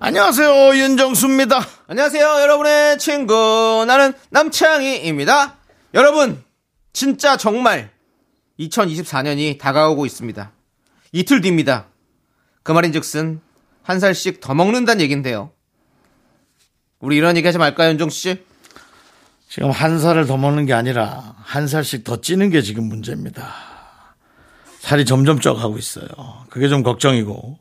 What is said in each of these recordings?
안녕하세요 윤정수입니다 안녕하세요, 여러분의 친구. 나는 남창희입니다. 여러분, 진짜 정말 2024년이 다가오고 있습니다. 이틀 뒤입니다. 그 말인 즉슨, 한 살씩 더 먹는다는 얘긴데요. 우리 이런 얘기 하지 말까요, 윤종씨? 지금 한 살을 더 먹는 게 아니라 한 살씩 더 찌는 게 지금 문제입니다 살이 점점 쪄가고 있어요 그게 좀 걱정이고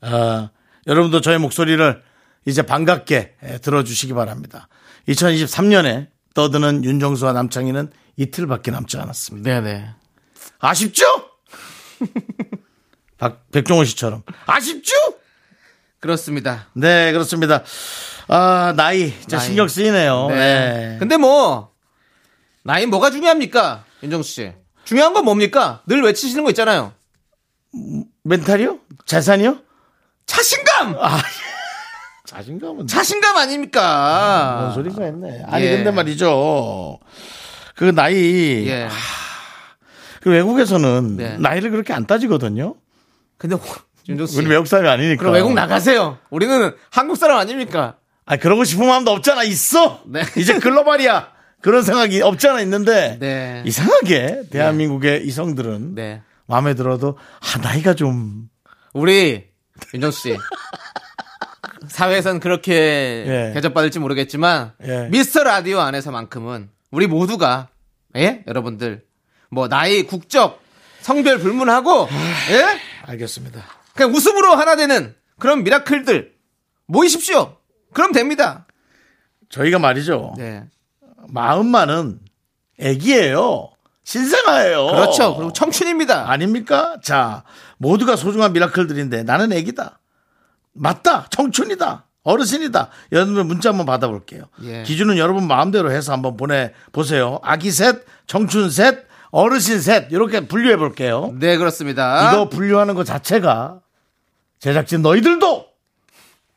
아, 여러분도 저의 목소리를 이제 반갑게 예, 들어주시기 바랍니다 2023년에 떠드는 윤정수와 남창희는 이틀밖에 남지 않았습니다 네네. 아쉽죠? 박, 백종원 씨처럼. 아쉽죠? 그렇습니다. 네, 그렇습니다. 아, 나이. 진짜 나이. 신경 쓰이네요. 어, 네. 근데 뭐, 나이 뭐가 중요합니까, 윤종씨? 중요한 건 뭡니까? 늘 외치시는 거 있잖아요. 멘탈이요? 재산이요? 자신감! 자신감은. 자신감 아닙니까? 음, 뭔 소린가 했네. 아니, 예. 근데 말이죠. 그 나이. 예. 그 외국에서는 네. 나이를 그렇게 안 따지거든요. 근데 호- 윤종씨. 우리 외국 사람이 아니니까. 그럼 외국 나가세요. 우리는 한국 사람 아닙니까? 아, 그러고 싶은 마음도 없잖아. 있어. 네. 이제 글로벌이야. 그런 생각이 없잖아. 있는데. 네. 이상하게 대한민국의 이성들은 네. 마음에 들어도 아 나이가 좀 우리 윤정수 씨. 사회에선 그렇게 예. 대접받을지 모르겠지만 예. 미스터 라디오 안에서만큼은 우리 모두가 예? 여러분들 뭐 나이, 국적, 성별 불문하고 예? 알겠습니다. 그냥 웃음으로 하나 되는 그런 미라클들 모이십시오. 그럼 됩니다. 저희가 말이죠. 네. 마음만은 애기예요. 신생아예요. 그렇죠. 그리고 청춘입니다. 아닙니까? 자, 모두가 소중한 미라클들인데 나는 애기다. 맞다. 청춘이다. 어르신이다. 여러분 문자 한번 받아볼게요. 예. 기준은 여러분 마음대로 해서 한번 보내보세요. 아기 셋, 청춘 셋, 어르신 셋. 이렇게 분류해볼게요. 네, 그렇습니다. 이거 분류하는 것 자체가 제작진 너희들도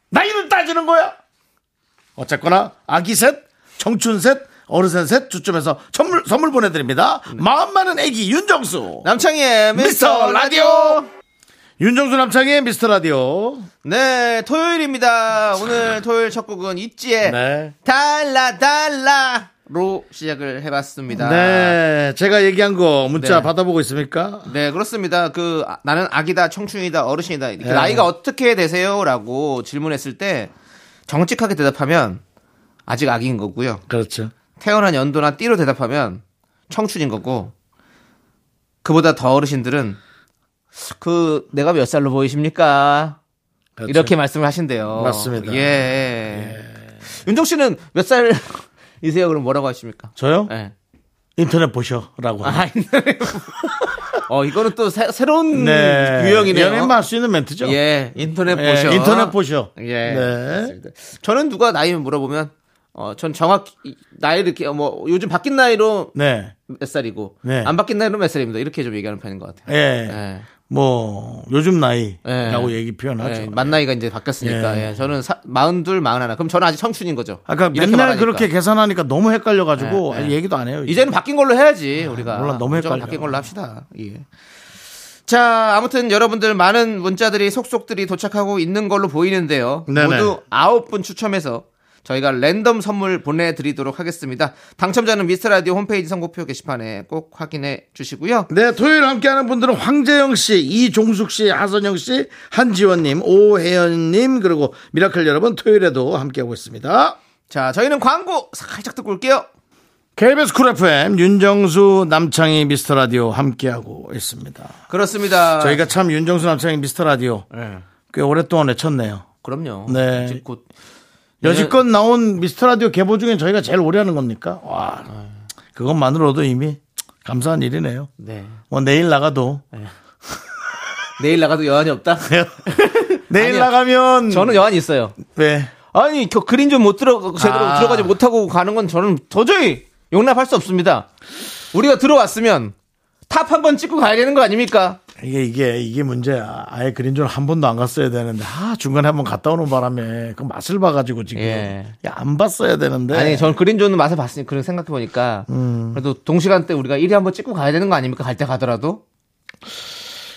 나이를 따지는 거야. 어쨌거나 아기 셋, 청춘 셋, 어르신 셋 주점에서 선물 선물 보내드립니다. 마음만은 애기 윤정수 남창희의 미스터 라디오. 윤정수 남창의 미스터 라디오. 네, 토요일입니다. 오늘 토요일 첫 곡은 있지의 네. 달라 달라로 시작을 해봤습니다. 네, 제가 얘기한 거 문자 네. 받아보고 있습니까? 네, 그렇습니다. 그 아, 나는 아기다, 청춘이다, 어르신이다. 이렇게 네. 나이가 어떻게 되세요?라고 질문했을 때 정직하게 대답하면 아직 아기인 거고요. 그렇죠. 태어난 연도나 띠로 대답하면 청춘인 거고 그보다 더 어르신들은 그 내가 몇 살로 보이십니까? 그렇죠. 이렇게 말씀을 하신대요. 맞습니다. 예. 윤종 씨는 몇 살이세요? 그럼 뭐라고 하십니까? 저요? 예. 인터넷 보셔라고. 아, 옛날에 어, 이거는 또 새, 새로운 음, 유형이네요. 연예인만 할 수 있는 멘트죠. 예, 인터넷 예, 보셔. 인터넷 보셔. 예. 네. 저는 누가 나이 물어보면 어, 전 정확히 나이를 이렇게 뭐 요즘 바뀐 나이로 네. 몇 살이고 네. 안 바뀐 나이로 몇 살입니다. 이렇게 좀 얘기하는 편인 것 같아요. 예. 예. 뭐 요즘 나이라고 예. 얘기 표현하죠. 예, 만나이가 이제 바뀌었으니까 예. 예, 저는 사, 42, 41 그럼 저는 아직 청춘인 거죠. 아까 이렇게 맨날 말하니까. 그렇게 계산하니까 너무 헷갈려가지고 예, 예. 아니, 얘기도 안 해요. 이제. 이제는 바뀐 걸로 해야지 우리가 아, 몰라, 너무 무조건 헷갈려. 바뀐 걸로 합시다. 예. 자 아무튼 여러분들 많은 문자들이 속속들이 도착하고 있는 걸로 보이는데요. 네네. 모두 아홉 분 추첨해서 저희가 랜덤 선물 보내드리도록 하겠습니다. 당첨자는 미스터 라디오 홈페이지 선고표 게시판에 꼭 확인해 주시고요. 네, 토요일 함께하는 분들은 황재영 씨, 이종숙 씨, 하선영 씨, 한지원님, 오혜연님 그리고 미라클 여러분 토요일에도 함께하고 있습니다. 자 저희는 광고 살짝 듣고 올게요. KBS 쿨 FM 윤정수 남창희 미스터 라디오 함께하고 있습니다. 그렇습니다. 저희가 참 윤정수 남창희 미스터 라디오 예, 꽤 오랫동안 외쳤네요. 그럼요. 네. 이제 곧 여지껏 나온 미스터 라디오 개보 중에 저희가 제일 오래 하는 겁니까? 와, 그것만으로도 이미 감사한 일이네요. 네. 뭐 내일 나가도 내일 나가도 여한이 없다. 내일 아니요. 나가면 저는 여한이 있어요. 왜? 아니 겨- 그린 좀 못 들어 제대로 아. 들어가지 못하고 가는 건 저는 도저히 용납할 수 없습니다. 우리가 들어왔으면 탑 한 번 찍고 가야 되는 거 아닙니까? 이게 이게 이게 문제야. 아예 그린존 한 번도 안 갔어야 되는데 아 중간에 한 번 갔다 오는 바람에 그 맛을 봐가지고 지금 예. 야, 안 봤어야 되는데. 아니 저는 그린존은 맛을 봤으니 그런 생각해 보니까 그래도 동시간 대 우리가 1위 한번 찍고 가야 되는 거 아닙니까? 갈 때 가더라도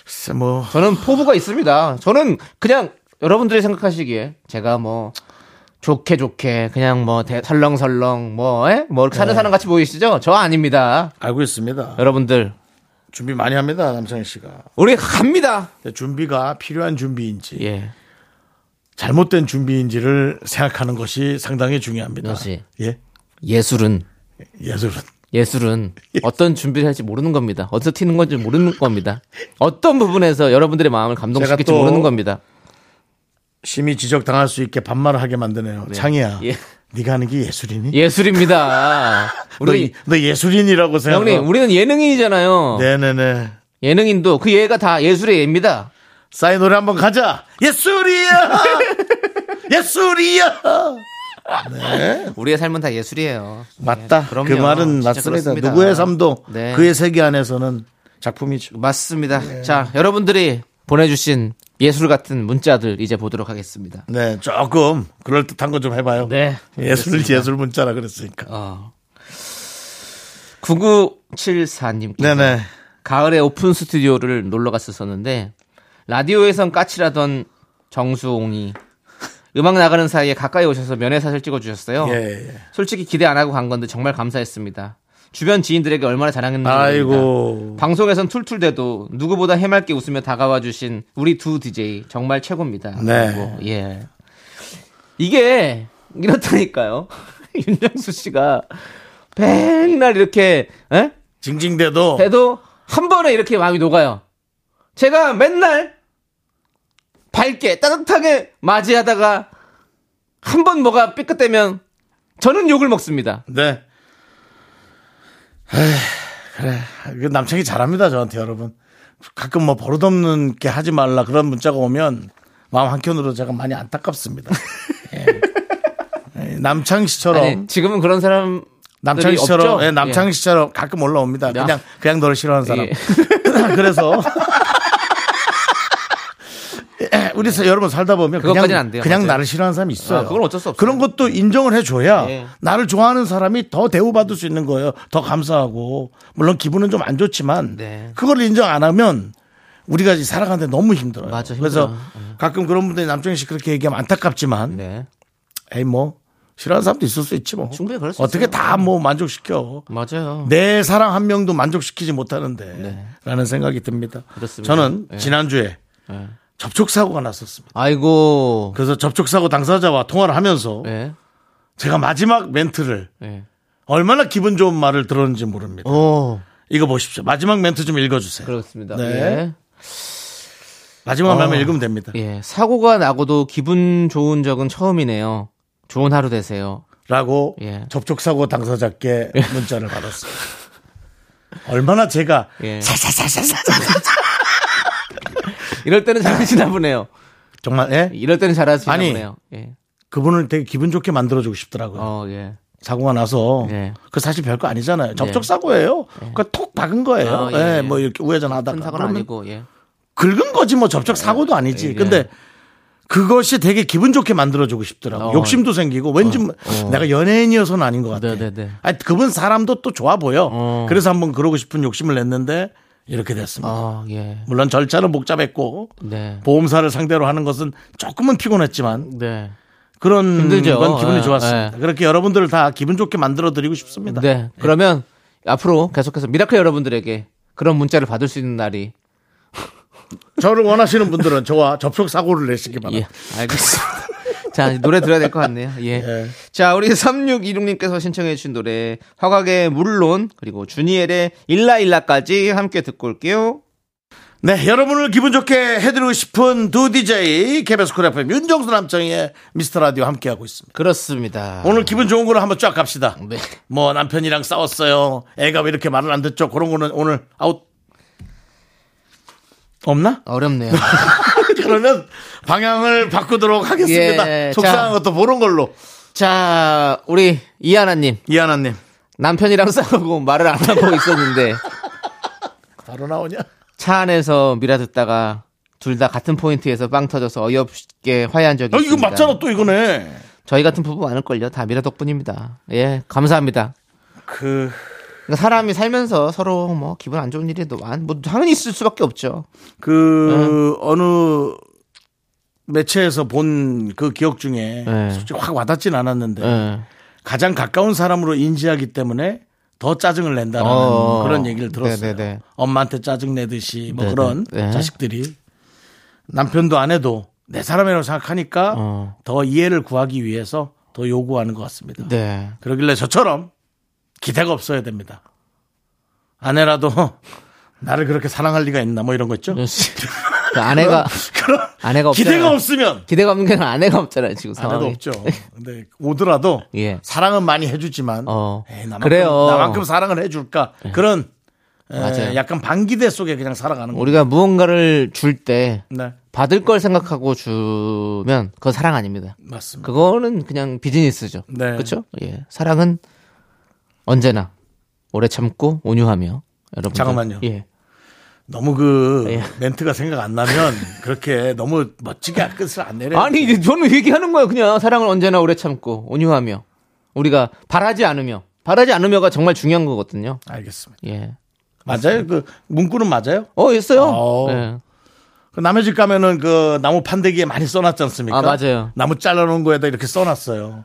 글쎄 뭐 저는 포부가 있습니다. 저는 그냥 여러분들이 생각하시기에 제가 뭐 좋게 좋게 그냥 뭐 대- 설렁설렁 뭐, 예? 뭐 이렇게 사는 사람 같이 보이시죠? 저 아닙니다. 알고 있습니다. 여러분들 준비 많이 합니다 남창희 씨가. 우리 갑니다. 근데 준비가 필요한 준비인지 예. 잘못된 준비인지를 생각하는 것이 상당히 중요합니다. 역시. 예 예술은 예술은 예술은 어떤 준비를 할지 모르는 겁니다. 어디서 튀는 건지 모르는 겁니다. 어떤 부분에서 여러분들의 마음을 감동시킬지 제가 또- 모르는 겁니다. 심히 지적당할 수 있게 반말을 하게 만드네요. 창희야, 예. 네가 하는 게 예술이니? 예술입니다. 우리 너, 너 예술인이라고 생각해. 형님, 우리는 예능인이잖아요. 네네네. 예능인도 그 예가 다 예술의 예입니다. 싸이 노래 한번 가자. 예술이야. 예술이야. 우리의 삶은 다 예술이에요. 맞다. 예, 그럼요. 그 말은 진짜 맞습니다. 그렇습니다. 누구의 삶도 네. 그의 세계 안에서는 작품이죠. 맞습니다. 네. 자, 여러분들이 보내주신 예술 같은 문자들 이제 보도록 하겠습니다. 네, 조금 그럴 듯한 거 좀 해봐요. 네. 예술 예술 문자라 그랬으니까. 어. 9974님께서 네네. 가을에 오픈 스튜디오를 놀러 갔었었는데 라디오에선 까칠하던 정수홍이 음악 나가는 사이에 가까이 오셔서 면회사실 찍어주셨어요. 예, 예. 솔직히 기대 안 하고 간 건데 정말 감사했습니다. 주변 지인들에게 얼마나 자랑했는지 모릅니다. 아이고. 방송에선 툴툴대도 누구보다 해맑게 웃으며 다가와 주신 우리 두 DJ 정말 최고입니다. 네. 그리고, 예. 이게 이렇다니까요. 윤정수 씨가 맨날 이렇게 에? 징징대도 해도 한 번에 이렇게 마음이 녹아요. 제가 맨날 밝게 따뜻하게 맞이하다가 한 번 뭐가 삐끗되면 저는 욕을 먹습니다. 네. 에이, 네. 그래. 그 남창이 잘합니다, 저한테 여러분. 가끔 뭐 버릇없는 게 하지 말라 그런 문자가 오면 마음 한켠으로 제가 많이 안타깝습니다. 예. 예, 남창 씨처럼 아니, 지금은 그런 사람 남창 씨처럼 없죠? 예, 남창 예. 씨처럼 가끔 올라옵니다. 야. 그냥 그냥 너를 싫어하는 사람. 예. 그래서 예, 우리 사- 여러분 살다 보면 그냥 그것까지는 안 돼요. 그냥 맞아요. 나를 싫어하는 사람이 있어요. 아, 그건 어쩔 수 없어요. 그런 것도 인정을 해줘야 예. 나를 좋아하는 사람이 더 대우받을 수 있는 거예요. 더 감사하고 물론 기분은 좀 안 좋지만 네. 그걸 인정 안 하면 우리가 이제 살아가는데 너무 힘들어요. 맞아, 힘들어. 그래서 가끔 그런 분들이 남정희 씨 그렇게 얘기하면 안타깝지만 네. 에이 뭐 싫어하는 사람도 있을 수 있지 뭐 충분히 그럴 수 어떻게 있어요. 다 뭐 만족시켜 맞아요. 내 사랑 한 명도 만족시키지 못하는데 라는 생각이 듭니다. 네. 그렇습니다. 저는 예. 지난주에 예. 접촉사고가 났었습니다. 아이고. 그래서 접촉사고 당사자와 통화를 하면서 예. 제가 마지막 멘트를 예. 얼마나 기분 좋은 말을 들었는지 모릅니다. 오. 이거 보십시오. 마지막 멘트 좀 읽어주세요. 어? 그렇습니다. 네. 마지막 말만 읽으면 됩니다. 예. 예. 사고가 나고도 기분 좋은 적은 처음이네요. 좋은 하루 되세요. 라고 예. 접촉사고 당사자께 문자를 받았어요. 얼마나 제가 예. 살살살살살 이럴 때는 잘하시나 보네요. 정말 예? 이럴 때는 잘하시나 아니. 보네요. 예. 그분을 되게 기분 좋게 만들어주고 싶더라고요. 어, 예. 사고가 나서 예. 그 사실 별거 아니잖아요. 접촉 사고예요. 그러니까 톡 박은 거예요. 아, 예, 예, 예. 뭐 이렇게 우회전하다가 큰 사고는 그러면 아니고 예. 긁은 거지 뭐 접촉 사고도 아니지. 예. 근데 그것이 되게 기분 좋게 만들어주고 싶더라고. 어. 욕심도 생기고 왠지 뭐 내가 연예인이어서는 아닌 것 같아. 네, 네, 네. 아니 그분 사람도 또 좋아 보여. 어. 그래서 한번 그러고 싶은 욕심을 냈는데 이렇게 됐습니다. 아, 예. 물론 절차는 복잡했고 네. 보험사를 상대로 하는 것은 조금은 피곤했지만 네. 그런 힘들죠. 건 기분이 예, 좋았습니다. 예. 그렇게 여러분들을 다 기분 좋게 만들어 드리고 싶습니다. 네. 그러면 앞으로 계속해서 미라클 여러분들에게 그런 문자를 받을 수 있는 날이 저를 원하시는 분들은 저와 접촉 사고를 내시기 예. 바랍니다. 알겠습니다. 자, 이제 노래 들어야 될 것 같네요. 예. 예. 자, 우리 3626님께서 신청해주신 노래, 허각의 물론, 그리고 주니엘의 일라일라까지 함께 듣고 올게요. 네, 여러분을 기분 좋게 해드리고 싶은 두 DJ 케베스 쿨 FM 윤정수 남정의 미스터 라디오 함께하고 있습니다. 그렇습니다. 오늘 기분 좋은 거로 한번 쫙 갑시다. 네. 뭐 남편이랑 싸웠어요. 애가 왜 이렇게 말을 안 듣죠? 그런 거는 오늘 아웃 없나? 어렵네요. 그러면 방향을 바꾸도록 하겠습니다. 예, 속상한 자. 것도 보는 걸로. 자, 우리 이하나님. 이하나님. 남편이랑 싸우고 말을 안 하고 있었는데 바로 나오냐? 차 안에서 미라 듣다가 둘 다 같은 포인트에서 빵 터져서 어이없게 화해한 적이 아, 있습니다. 이거 맞잖아, 또 이거네. 저희 같은 부부 많을걸요. 다 미라 덕분입니다. 예, 감사합니다. 그, 그러니까 사람이 살면서 서로 뭐 기분 안 좋은 일이 많, 뭐 당연히 있을 수밖에 없죠. 그, 어느 매체에서 본 그 기억 중에 예. 솔직히 확 와닿진 않았는데 예. 가장 가까운 사람으로 인지하기 때문에 더 짜증을 낸다는 어. 그런 얘기를 들었어요. 네네네. 엄마한테 짜증 내듯이 뭐 네네. 그런 네. 자식들이 남편도 아내도 내 사람이라고 생각하니까 어. 더 이해를 구하기 위해서 더 요구하는 것 같습니다. 네. 그러길래 저처럼 기대가 없어야 됩니다. 아내라도 나를 그렇게 사랑할 리가 있나 뭐 이런 거 있죠. 그 아내가 그런 아내가 없잖아요. 기대가 없으면 기대가 없는 게 아니라 아내가 없잖아요 지금 아내도 상황이. 없죠. 근데 오더라도 예. 사랑은 많이 해주지만 어. 에이, 나만큼, 그래요. 예. 나만큼 사랑을 해줄까 그런 에, 맞아요. 약간 반기대 속에 그냥 살아가는 거. 우리가 무언가를 줄 때 네 받을 걸 생각하고 주면 그거 사랑 아닙니다. 맞습니다. 그거는 그냥 비즈니스죠. 네. 그렇죠? 예. 사랑은 언제나 오래 참고 온유하며 여러분. 잠깐만요. 예. 너무 그 예. 멘트가 생각 안 나면 그렇게 너무 멋지게 끝을 안 내려. 아니 이제 저는 얘기하는 거예요. 그냥 사랑을 언제나 오래 참고 온유하며 우리가 바라지 않으며 바라지 않으며가 정말 중요한 거거든요. 알겠습니다. 예. 맞아요. 그 문구는 맞아요. 어 있어요. 아오. 예. 그 남의 집 가면은 그 나무 판대기에 많이 써놨지 않습니까? 아, 맞아요. 나무 잘라놓은 거에다 이렇게 써놨어요.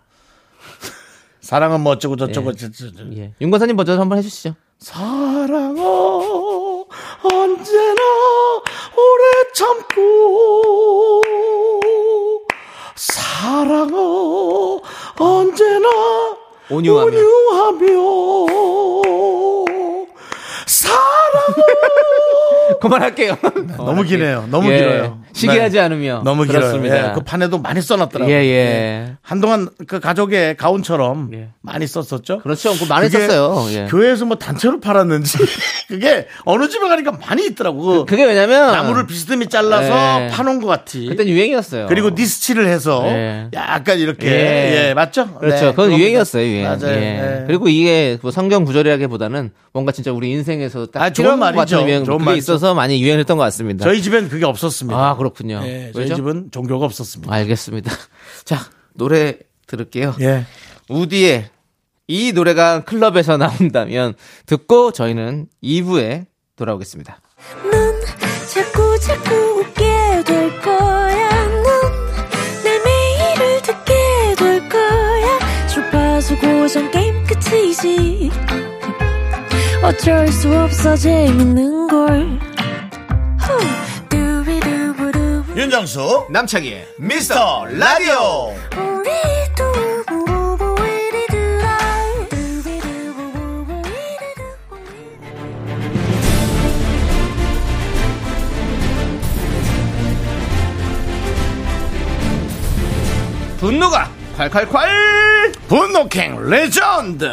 사랑은 뭐 어쩌고 저쩌고 저- 저- 저- 예. 윤건사님 버전 한번 해주시죠. 사랑아 언제나 오래 참고 사랑아 언제나 온유하며. 온유하며 사랑아 그만할게요. 너무 기네요. 너무 예. 길어요. 시기하지 네. 않으며. 너무 길어요. 그렇습니다. 예, 그 판에도 많이 써놨더라고요. 예, 예. 예. 한동안 그 가족의 가운처럼 예. 많이 썼었죠. 그렇죠. 그거 많이 그게 썼어요. 예. 교회에서 뭐 단체로 팔았는지 그게 어느 집에 가니까 많이 있더라고. 그 그게 왜냐면 나무를 비스듬히 잘라서 예. 파놓은 것 같이. 그땐 유행이었어요. 그리고 니스칠을 해서 예. 약간 이렇게 예. 예, 맞죠? 그렇죠. 네, 그건 그겁니다. 유행이었어요. 유행. 맞아요. 예. 예. 그리고 이게 뭐 성경 구절이라기보다는 뭔가 진짜 우리 인생에서 딱 아, 좋은 필요한 것 말이죠. 같은 유행 좋은 그게 말이죠. 있어서 많이 유행했던 것 같습니다. 저희 집엔 그게 없었습니다. 아 그렇군요. 예, 저희 왜죠? 집은 종교가 없었습니다. 알겠습니다. 자 노래 들을게요. 예. 우디의 이 노래가 클럽에서 나온다면 듣고 저희는 2부에 돌아오겠습니다. 넌 자꾸 자꾸 웃게 될 거야. 넌내 매일을 듣게 될 거야. 주파수 고정 게임 끝이지. 어쩔 수 없어 재밌는 걸. 후. 두비두부두. 윤정수 남창희의 미스터 라디오. 우리 두부부부 우리 두라. 두비두부부부 우리 두부부. 분노가 콸콸콸! 분노킹 레전드.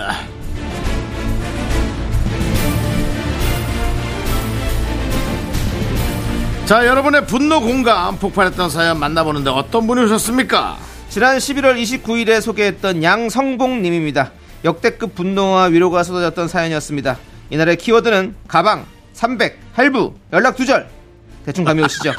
자, 여러분의 분노 공감 폭발했던 사연 만나보는데 어떤 분이 오셨습니까? 지난 11월 29일에 소개했던 양성봉님입니다. 역대급 분노와 위로가 쏟아졌던 사연이었습니다. 이날의 키워드는 가방, 300, 할부, 연락 두절. 대충 감이 오시죠?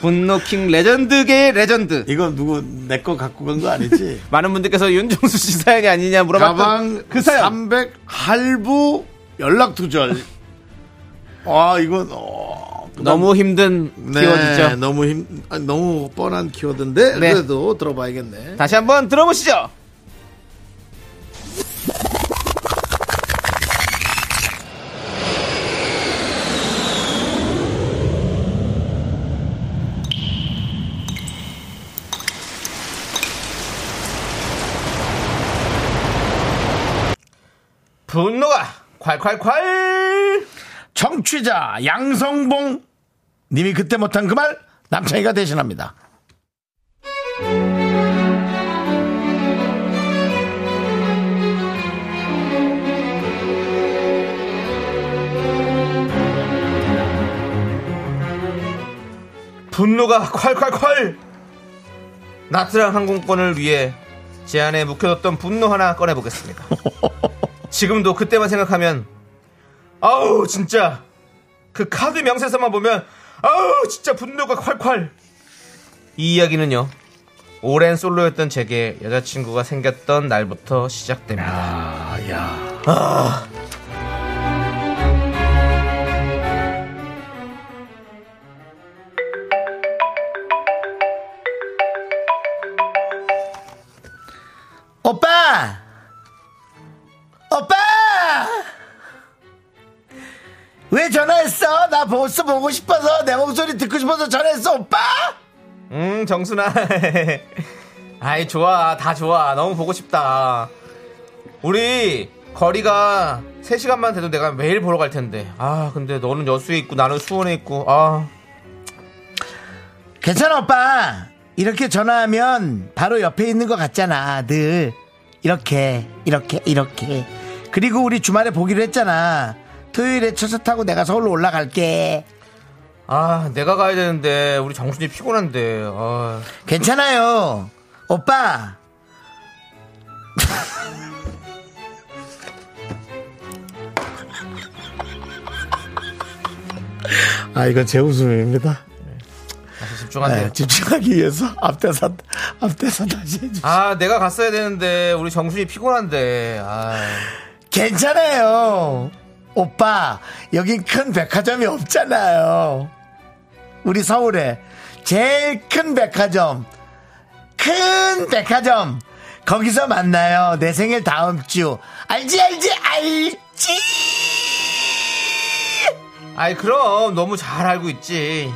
분노킹 레전드계의 레전드. 이건 누구 내 거 갖고 간 거 아니지? 많은 분들께서 윤종수 씨 사연이 아니냐 물어봤던 가방 그 사연. 300 할부 연락 두절. 아, 이건 어, 너무 힘든 네, 키워드죠. 너무 힘 아니, 너무 뻔한 키워드인데 네. 그래도 들어봐야겠네. 다시 한번 들어보시죠. 분노가 콸콸콸! 청취자 양성봉 님이 그때 못한 그 말 남창희가 대신합니다. 분노가 콸콸콸 나트랑 항공권을 위해 제 안에 묵혀뒀던 분노 하나 꺼내보겠습니다 지금도 그때만 생각하면 아우 진짜 그 카드 명세서만 보면 아우 진짜 분노가 콸콸 이 이야기는요 오랜 솔로였던 제게 여자친구가 생겼던 날부터 시작됩니다 아야 오빠 오빠 왜 전화했어? 나 벌써 보고 싶어서 내 목소리 듣고 싶어서 전화했어 오빠 음, 정순아. 아이, 좋아. 다 좋아. 너무 보고 싶다. 우리 거리가 3시간만 돼도 내가 매일 보러 갈 텐데. 아, 근데 너는 여수에 있고 나는 수원에 있고. 아, 괜찮아 오빠 이렇게 전화하면 바로 옆에 있는 것 같잖아 늘 이렇게 이렇게 이렇게 그리고 우리 주말에 보기로 했잖아 토요일에车서 타고 내가 서울로 올라갈게 아, 내가 가야 되는데 우리 정순이 피곤한데. 아, 괜찮아요 오빠 아 이건 제 웃음입니다 네. 네, 다시 집중하세요. 집중하기 위해서 앞대사 앞대사 다시 해주 아, 내가 갔어야 되는데 우리 정순이 피곤한데. 아, 괜찮아요. 오빠, 여긴 큰 백화점이 없잖아요. 우리 서울에 제일 큰 백화점, 큰 백화점, 거기서 만나요. 내 생일 다음 주. 알지, 알지, 알지! 아이 그럼 너무 잘 알고 있지.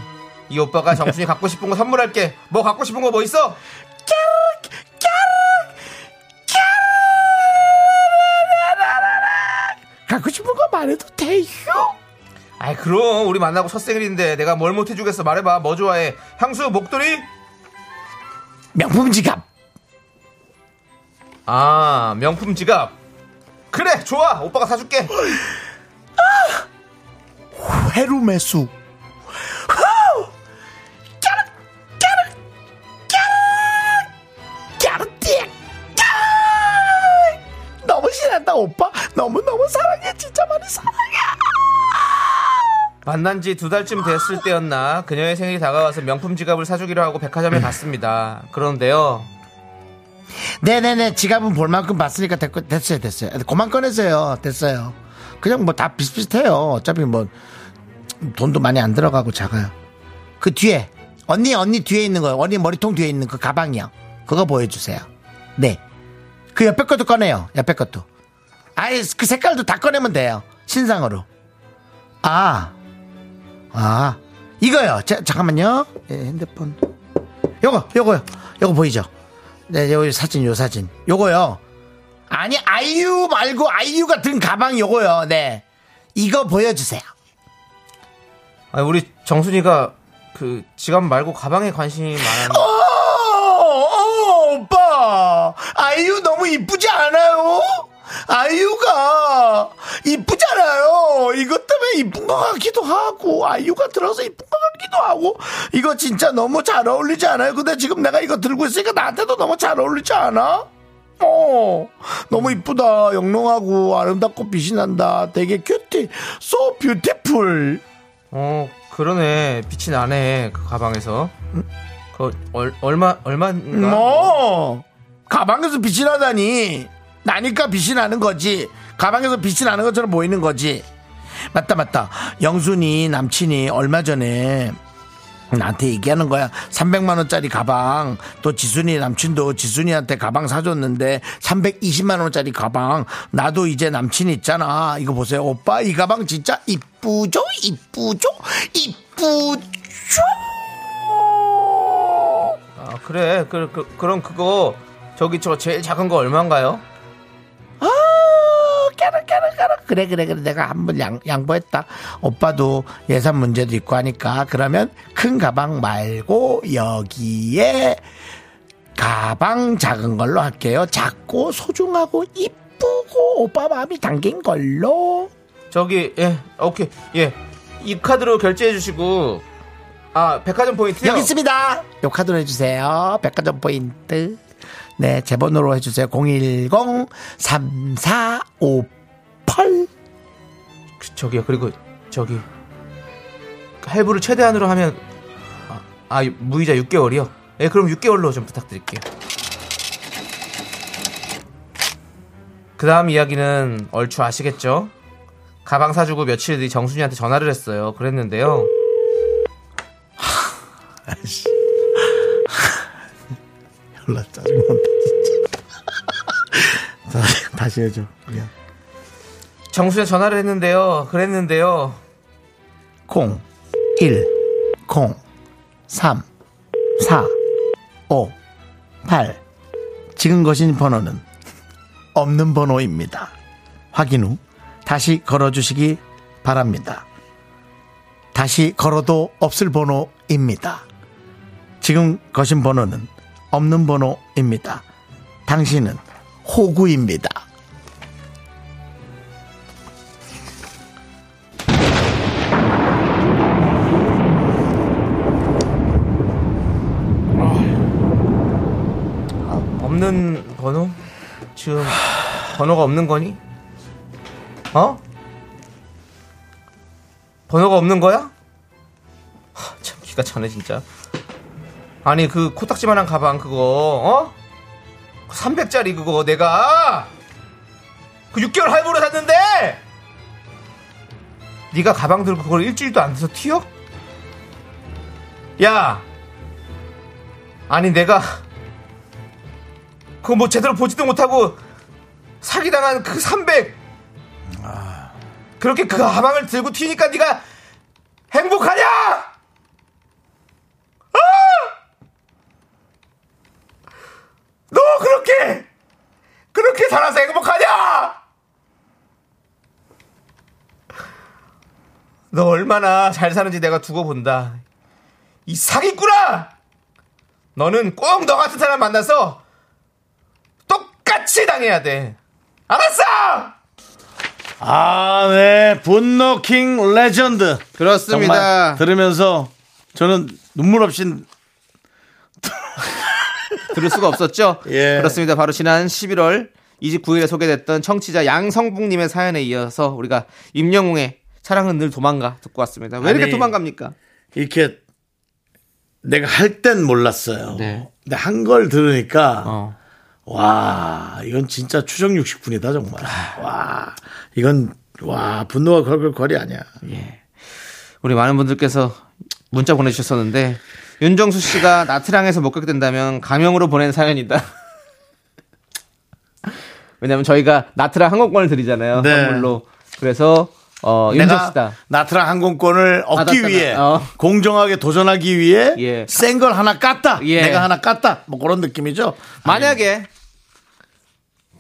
이 오빠가 정순이 갖고 싶은 거 선물할게. 뭐 갖고 싶은 거 뭐 있어? 갖고 싶은 거 말해도 돼요? 아이 그럼 우리 만나고 첫 생일인데 내가 뭘 못해주겠어 말해봐 뭐 좋아해 향수 목도리 명품 지갑. 아 명품 지갑 그래 좋아 오빠가 사줄게 회로 매수. 너무 신난다 오빠 너무너무 사랑해 진짜 많이 사랑해 만난 지 두 달쯤 됐을 때였나 그녀의 생일이 다가와서 명품 지갑을 사주기로 하고 백화점에 갔습니다 그런데요 네네네 지갑은 볼 만큼 봤으니까 됐, 됐어요 됐어요 그만 꺼내세요 됐어요 그냥 뭐 다 비슷비슷해요 어차피 뭐 돈도 많이 안 들어가고 작아요 그 뒤에 언니 언니 뒤에 있는 거요 언니 머리통 뒤에 있는 그 가방이요 그거 보여주세요 네 그 옆에 것도 꺼내요 옆에 것도 아예 그 색깔도 다 꺼내면 돼요 신상으로 아아 아. 이거요 자, 잠깐만요 예, 핸드폰 요거 요거요 요거 보이죠 네, 요 사진 요 사진 요거요 아니 아이유 말고 아이유가 든 가방 요거요 네 이거 보여주세요 아니, 우리 정순이가 그 지갑 말고 가방에 관심이 많아 어, 오빠 아이유 너무 이쁘지 않아요? 아이유가 이쁘잖아요. 이것 때문에 이쁜 것 같기도 하고 아이유가 들어서 이쁜 것 같기도 하고 이거 진짜 너무 잘 어울리지 않아요? 근데 지금 내가 이거 들고 있으니까 나한테도 너무 잘 어울리지 않아? 어 너무 이쁘다 영롱하고 아름답고 빛이 난다 되게 큐티 so beautiful 어 그러네 빛이 나네 그 가방에서 그 얼, 얼마 얼마인가 뭐 가방에서 빛이 나다니 나니까 빛이 나는 거지 가방에서 빛이 나는 것처럼 보이는 거지 맞다 맞다 영순이 남친이 얼마 전에 나한테 얘기하는 거야 300만 원짜리 가방 또 지순이 남친도 지순이한테 가방 사줬는데 320만 원짜리 가방 나도 이제 남친 있잖아 이거 보세요 오빠 이 가방 진짜 이쁘죠 이쁘죠 이쁘죠 아 그래 그, 그, 그럼 그거 저기 저 제일 작은 거 얼마인가요? 아, 까르까르까르. 그래, 그래, 그래. 내가 한번 양, 양보했다. 오빠도 예산 문제도 있고 하니까. 그러면 큰 가방 말고 여기에 가방 작은 걸로 할게요. 작고 소중하고 이쁘고 오빠 마음이 담긴 걸로. 저기 예 오케이 예 이 카드로 결제해 주시고 아, 백화점 포인트요? 여기 있습니다. 요 카드로 해주세요. 백화점 포인트. 네, 제 번호로 해주세요. 010-3458. 그, 저기요, 그리고 저기. 할부를 최대한으로 하면. 아, 아, 무이자 6개월이요? 예, 그럼 6개월로 좀 부탁드릴게요. 그 다음 이야기는 얼추 아시겠죠? 가방 사주고 며칠 뒤 정순이한테 전화를 했어요. 그랬는데요. 몰라, 짜증난다, 진짜. 다시, 다시 해줘. 미안. 정순이 전화를 했는데요. 그랬는데요. 0, 1, 0, 3, 4, 5, 8. 지금 거신 번호는 없는 번호입니다. 확인 후 다시 걸어주시기 바랍니다. 다시 걸어도 없을 번호입니다. 지금 거신 번호는 없는 번호입니다. 당신은 호구입니다. 없는 번호? 지금 번호가 없는 거니? 어? 번호가 없는 거야? 하, 참 기가 차네 진짜. 아니 그 코딱지만한 가방 그거 어? 300짜리 그거 내가 그 6개월 할부로 샀는데 네가 가방 들고 그걸 일주일도 안 돼서 튀어? 야 아니 내가 그거 뭐 제대로 보지도 못하고 사기당한 그 300. 그렇게 그 가방을 들고 튀니까 네가 행복하냐? 아! 너 그렇게 그렇게 살아서 행복하냐? 너 얼마나 잘 사는지 내가 두고 본다. 이 사기꾼아! 너는 꼭 너 같은 사람 만나서 똑같이 당해야 돼. 알았어! 아, 네. 분노킹 레전드. 그렇습니다. 정말 들으면서 저는 눈물 없이 들을 수가 없었죠? 예. 그렇습니다. 바로 지난 11월 29일에 소개됐던 청취자 양성북님의 사연에 이어서 우리가 임영웅의 사랑은 늘 도망가 듣고 왔습니다. 왜 이렇게 아니, 도망갑니까? 이렇게 내가 할 땐 몰랐어요. 네. 근데 한 걸 들으니까 어. 와, 이건 진짜 추정 60분이다, 정말. 아. 와, 이건, 와, 분노가 걸걸거리 아니야. 우리 많은 분들께서 문자 보내주셨었는데 윤정수 씨가 나트랑에서 목격된다면 가명으로 보낸 사연이다. 왜냐면 저희가 나트랑 항공권을 드리잖아요. 네. 선물로. 그래서 어, 윤정수 씨다. 내가 나트랑 항공권을 얻기 받았잖아. 위해 어. 공정하게 도전하기 위해 예. 센 걸 하나 깠다. 예. 내가 하나 깠다. 뭐 그런 느낌이죠. 만약에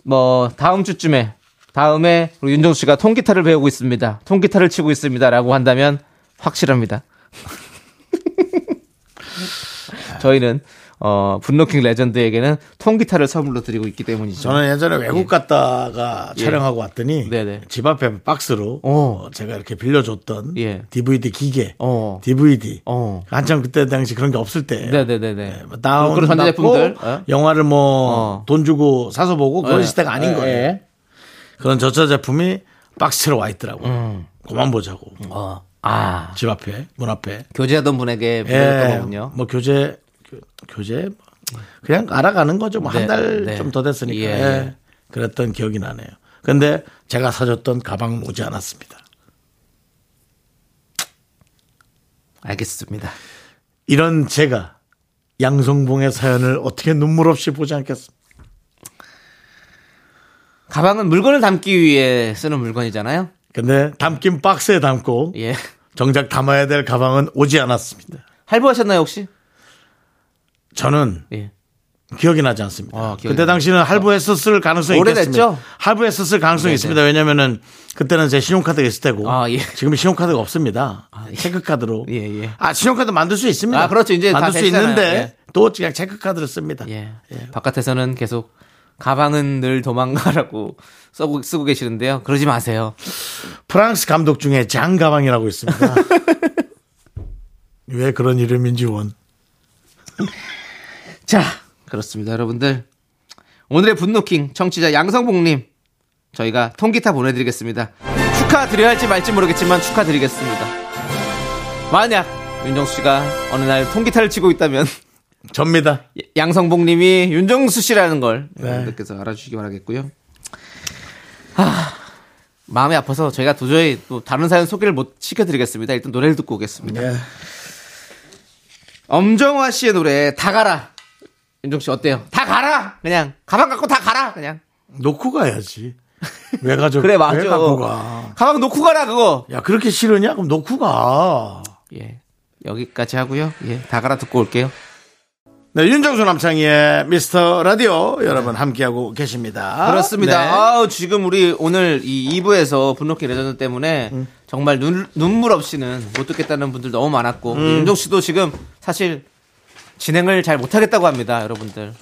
뭐 다음 주쯤에 다음에 우리 윤정수 씨가 통기타를 배우고 있습니다. 통기타를 치고 있습니다라고 한다면 확실합니다. 저희는 어 분노킹 레전드에게는 통기타를 선물로 드리고 있기 때문이죠. 저는 예전에 외국 갔다가 예. 촬영하고 왔더니 네네. 집 앞에 박스로 어. 어, 제가 이렇게 빌려줬던 예. DVD 기계, 어. DVD 어. 한참 그때 당시 그런 게 없을 때 예, 뭐 네네네네. 다운 그런 전자제품들. 어? 영화를 뭐 어. 돈 주고 사서 보고 그런 예. 시대가 아닌 예, 거예요. 예. 그런 저차 제품이 박스로 와 있더라고요. 그만 보자고 음. 어. 아 집 앞에 문 앞에. 교제하던 분에게 보내줬던 예, 거군요. 뭐 교재 교- 교재 뭐 그냥 알아가는 거죠. 뭐 네, 한 달 좀 네. 더 됐으니까. 예. 예. 그랬던 기억이 나네요. 근데 제가 사줬던 가방은 오지 않았습니다. 알겠습니다. 이런 제가 양성봉의 사연을 어떻게 눈물 없이 보지 않겠습니까? 가방은 물건을 담기 위해 쓰는 물건이잖아요. 근데 담긴 박스에 담고 예. 정작 담아야 될 가방은 오지 않았습니다. 할부하셨나요 혹시? 저는 예. 기억이 나지 않습니다. 아, 기억이 그때 나- 당시는 할부했었을 가능성이 오래됐죠? 있겠습니다. 할부했었을 가능성이 네네. 있습니다. 왜냐면은 그때는 제 신용카드가 있을 때고 아, 예. 아, 지금 신용카드가 없습니다. 체크카드로. 예, 예. 아, 신용카드 만들 수 있습니다. 아, 그렇죠. 이제 다 만들 수 됐잖아요. 있는데 예. 또 그냥 체크카드를 씁니다. 예. 바깥에서는 계속 가방은 늘 도망가라고 쓰고, 쓰고 계시는데요. 그러지 마세요. 프랑스 감독 중에 장가방이라고 있습니다. 왜 그런 이름인지 원. 자, 그렇습니다, 여러분들. 오늘의 분노킹 청취자 양성복님 저희가 통기타 보내드리겠습니다. 축하드려야 할지 말지 모르겠지만 축하드리겠습니다. 만약 윤정수 씨가 어느 날 통기타를 치고 있다면 접니다. 양성복님이 윤정수 씨라는 걸 네. 여러분들께서 알아주시기 바라겠고요. 아, 마음이 아파서 저희가 도저히 또 다른 사연 소개를 못 시켜드리겠습니다. 일단 노래를 듣고 오겠습니다. 예. 엄정화 씨의 노래 다 가라. 윤정 씨 어때요? 다 가라. 그냥 가방 갖고 다 가라. 그냥 놓고 가야지. 왜 가져? 그래 맞아. 왜 갖고 가? 가방 놓고 가라 그거. 야 그렇게 싫으냐? 그럼 놓고 가. 예 여기까지 하고요. 예다 가라 듣고 올게요. 네, 윤정수 남창희의 미스터 라디오 여러분 함께하고 계십니다. 그렇습니다. 네. 아우, 지금 우리 오늘 이 2부에서 분노키 레전드 때문에 정말 눈, 눈물 없이는 못 듣겠다는 분들 너무 많았고 윤종 씨도 지금 사실 진행을 잘 못하겠다고 합니다, 여러분들.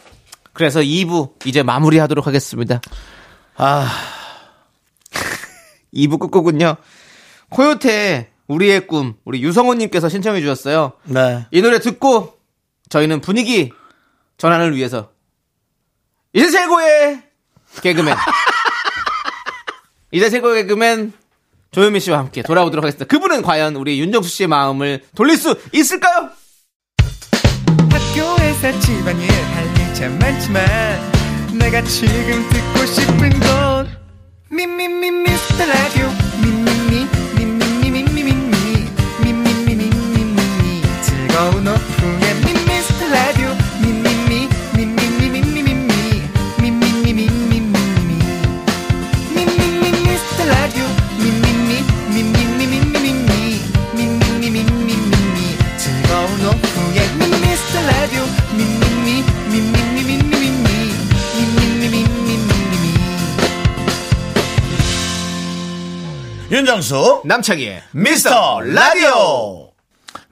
그래서 2부 이제 마무리하도록 하겠습니다. 아, 2부 끝곡은요. 코요태의 우리의 꿈 우리 유성호님께서 신청해 주셨어요. 네. 이 노래 듣고 저희는 분위기 전환을 위해서 이제 최고의 개그맨 이제 최고의 개그맨 조현미 씨와 함께 돌아오도록 하겠습니다. 그분은 과연 우리 윤정수 씨의 마음을 돌릴 수 있을까요? 학교에서 집안일 할 일 참 많지만 내가 지금 듣고 싶은 건 미미미 미스터 라디오 미미미 미미미 미미미 미미미 미미미 즐거운 오후에 미스터 라디오 미미미 미미미 미미미 미미미 미미미 미미미 미스터 라디오 미미미 미미미 미미미 미미미 미미미 즐거운 오후에 미스터 라디오 미미미 미미미 미미미 미미미 미미미 윤정수 남창희의 네. 미스터 라디오.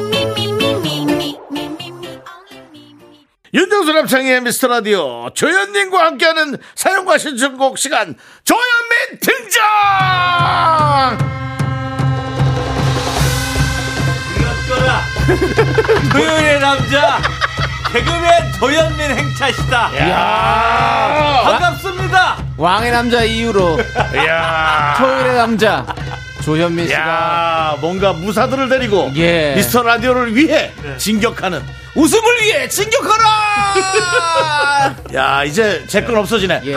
me, me, me, me, me, me, me, me, only me, me. 윤정수 남창의 미스터라디오 조현님과 함께하는 사용과 신청곡 시간 조현민 등장 토요일의 남자 개그맨 조현민 행차시다 반갑습니다 왕의 남자 이후로 야 토요일의 남자 조현민 씨가 야, 뭔가 무사들을 데리고 예. 미스터 라디오를 위해 진격하는. 웃음을 위해 진격하라! 야, 이제 제 건 없어지네. 예.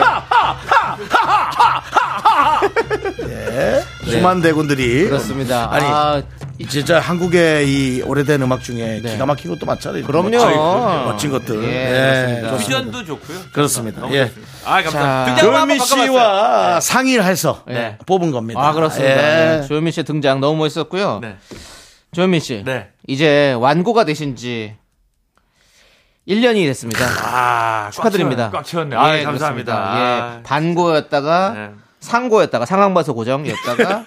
예. 수많은 대군들이 그렇습니다. 아니, 아, 진짜 한국의 이 오래된 음악 중에 기가 막힌 것도 많잖아요. 네. 그럼요. 멋진, 멋진 것들. 예, 예, 그렇습니다. 좋습니다. 도 좋고요 그렇습니다. 예. 아 감사합니다 자, 등장도 한번 조현미 바꿔봤어요. 씨와 상의를 해서 네. 뽑은 겁니다. 아 그렇습니다. 예. 네, 조현민 씨 등장 너무 멋있었고요. 네. 조현민 씨 네. 이제 완고가 되신지 1년이 됐습니다. 아, 꽉 축하드립니다. 채웠- 꽉 채웠네. 아, 예, 감사합니다. 아, 그렇습니다. 예, 반고였다가 네. 상고였다가 상황 봐서 고정이었다가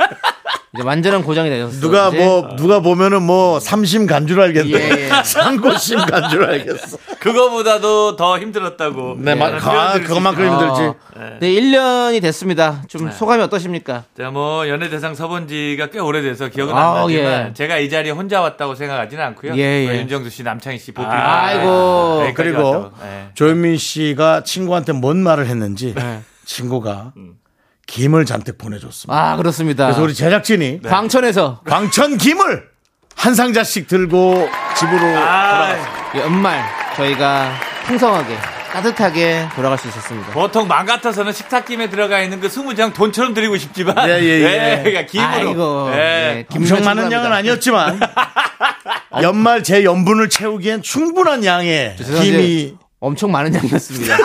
이제 완전한 고장이 되셨어요. 누가 이제. 뭐 누가 보면은 뭐 삼심 간 줄 예, 알겠네. 예. 상고심 간 줄 알겠어. 그거보다도 더 힘들었다고. 네, 마- 아, 그것만큼 힘들지. 어, 네, 1년이 됐습니다. 네. 좀 소감이 어떠십니까? 자, 뭐 연예 대상 서본 지가 꽤 오래돼서 기억은 아, 안 나지만 예. 제가 이 자리에 혼자 왔다고 생각하지는 않고요. 예, 저희 예. 윤정수 씨, 남창희 씨 보필. 아, 아이고. 네, 그리고 네. 조현민 씨가 친구한테 뭔 말을 했는지 친구가 김을 잔뜩 보내줬습니다. 음. 아, 네. 그렇습니다. 그래서 우리 제작진이 광천에서 광천 김을 한 상자씩 들고 집으로 돌아갔습니다. 연말 저희가 풍성하게 따뜻하게 돌아갈 수 있었습니다. 보통 맘 같아서는 식탁김에 들어가 있는 그 스무 장 돈처럼 드리고 싶지만 예, 예, 예. 그러니까 김으로 아이고. 네, 예. 네. 엄청 많은 양은 아니었지만 연말 제 연분을 채우기엔 충분한 양의 김이 김이 엄청 많은 양이었습니다.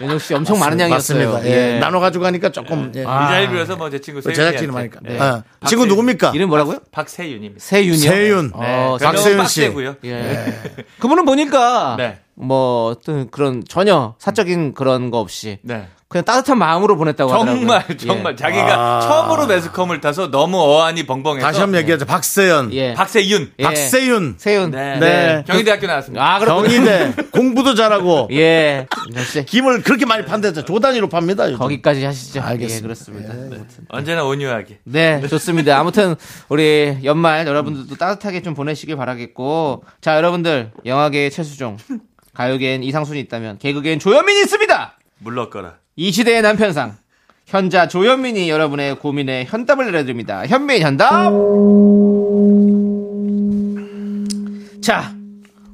윤정 씨 엄청 많은 양이었어요. 맞습니다. 예. 나눠 가지고 가니까 조금 예. 이 자리 빌어서 뭐 제 친구 그 제작진이 많으니까. 세윤이한테. 어. 친구 누굽니까? 이름 뭐라고요? 박세윤입니다. 세윤이요. 세윤. 어, 별명은 박세윤 씨. 빡세고요. 예. 그분은 보니까 네. 뭐 어떤 그런 전혀 사적인 그런 거 없이 네. 그냥 따뜻한 마음으로 보냈다고 정말 하더라고요. 예. 정말 자기가 처음으로 매스컴을 타서 너무 어안이 벙벙해서 다시 한번 얘기하자. 박세연. 예. 예. 박세윤 예. 박세윤. 세윤. 네. 네. 경희대학교 나왔습니다. 아, 그렇군요. 경희대 공부도 잘하고 예. 역시 김을 그렇게 많이 판대죠. 조단위로 팝니다. 요즘. 거기까지 하시죠. 알겠습니다. 예, 그렇습니다. 네. 언제나 온유하게. 네, 좋습니다. 아무튼 우리 연말 여러분들도 따뜻하게 좀 보내시길 바라겠고, 자 여러분들 영화계의 최수종, 가요계엔 이상순이 있다면 개그계엔 조현민이 있습니다. 물러거라. 이 시대의 남편상 현자 조현민이 여러분의 고민에 현답을 내려드립니다. 현민 현답. 자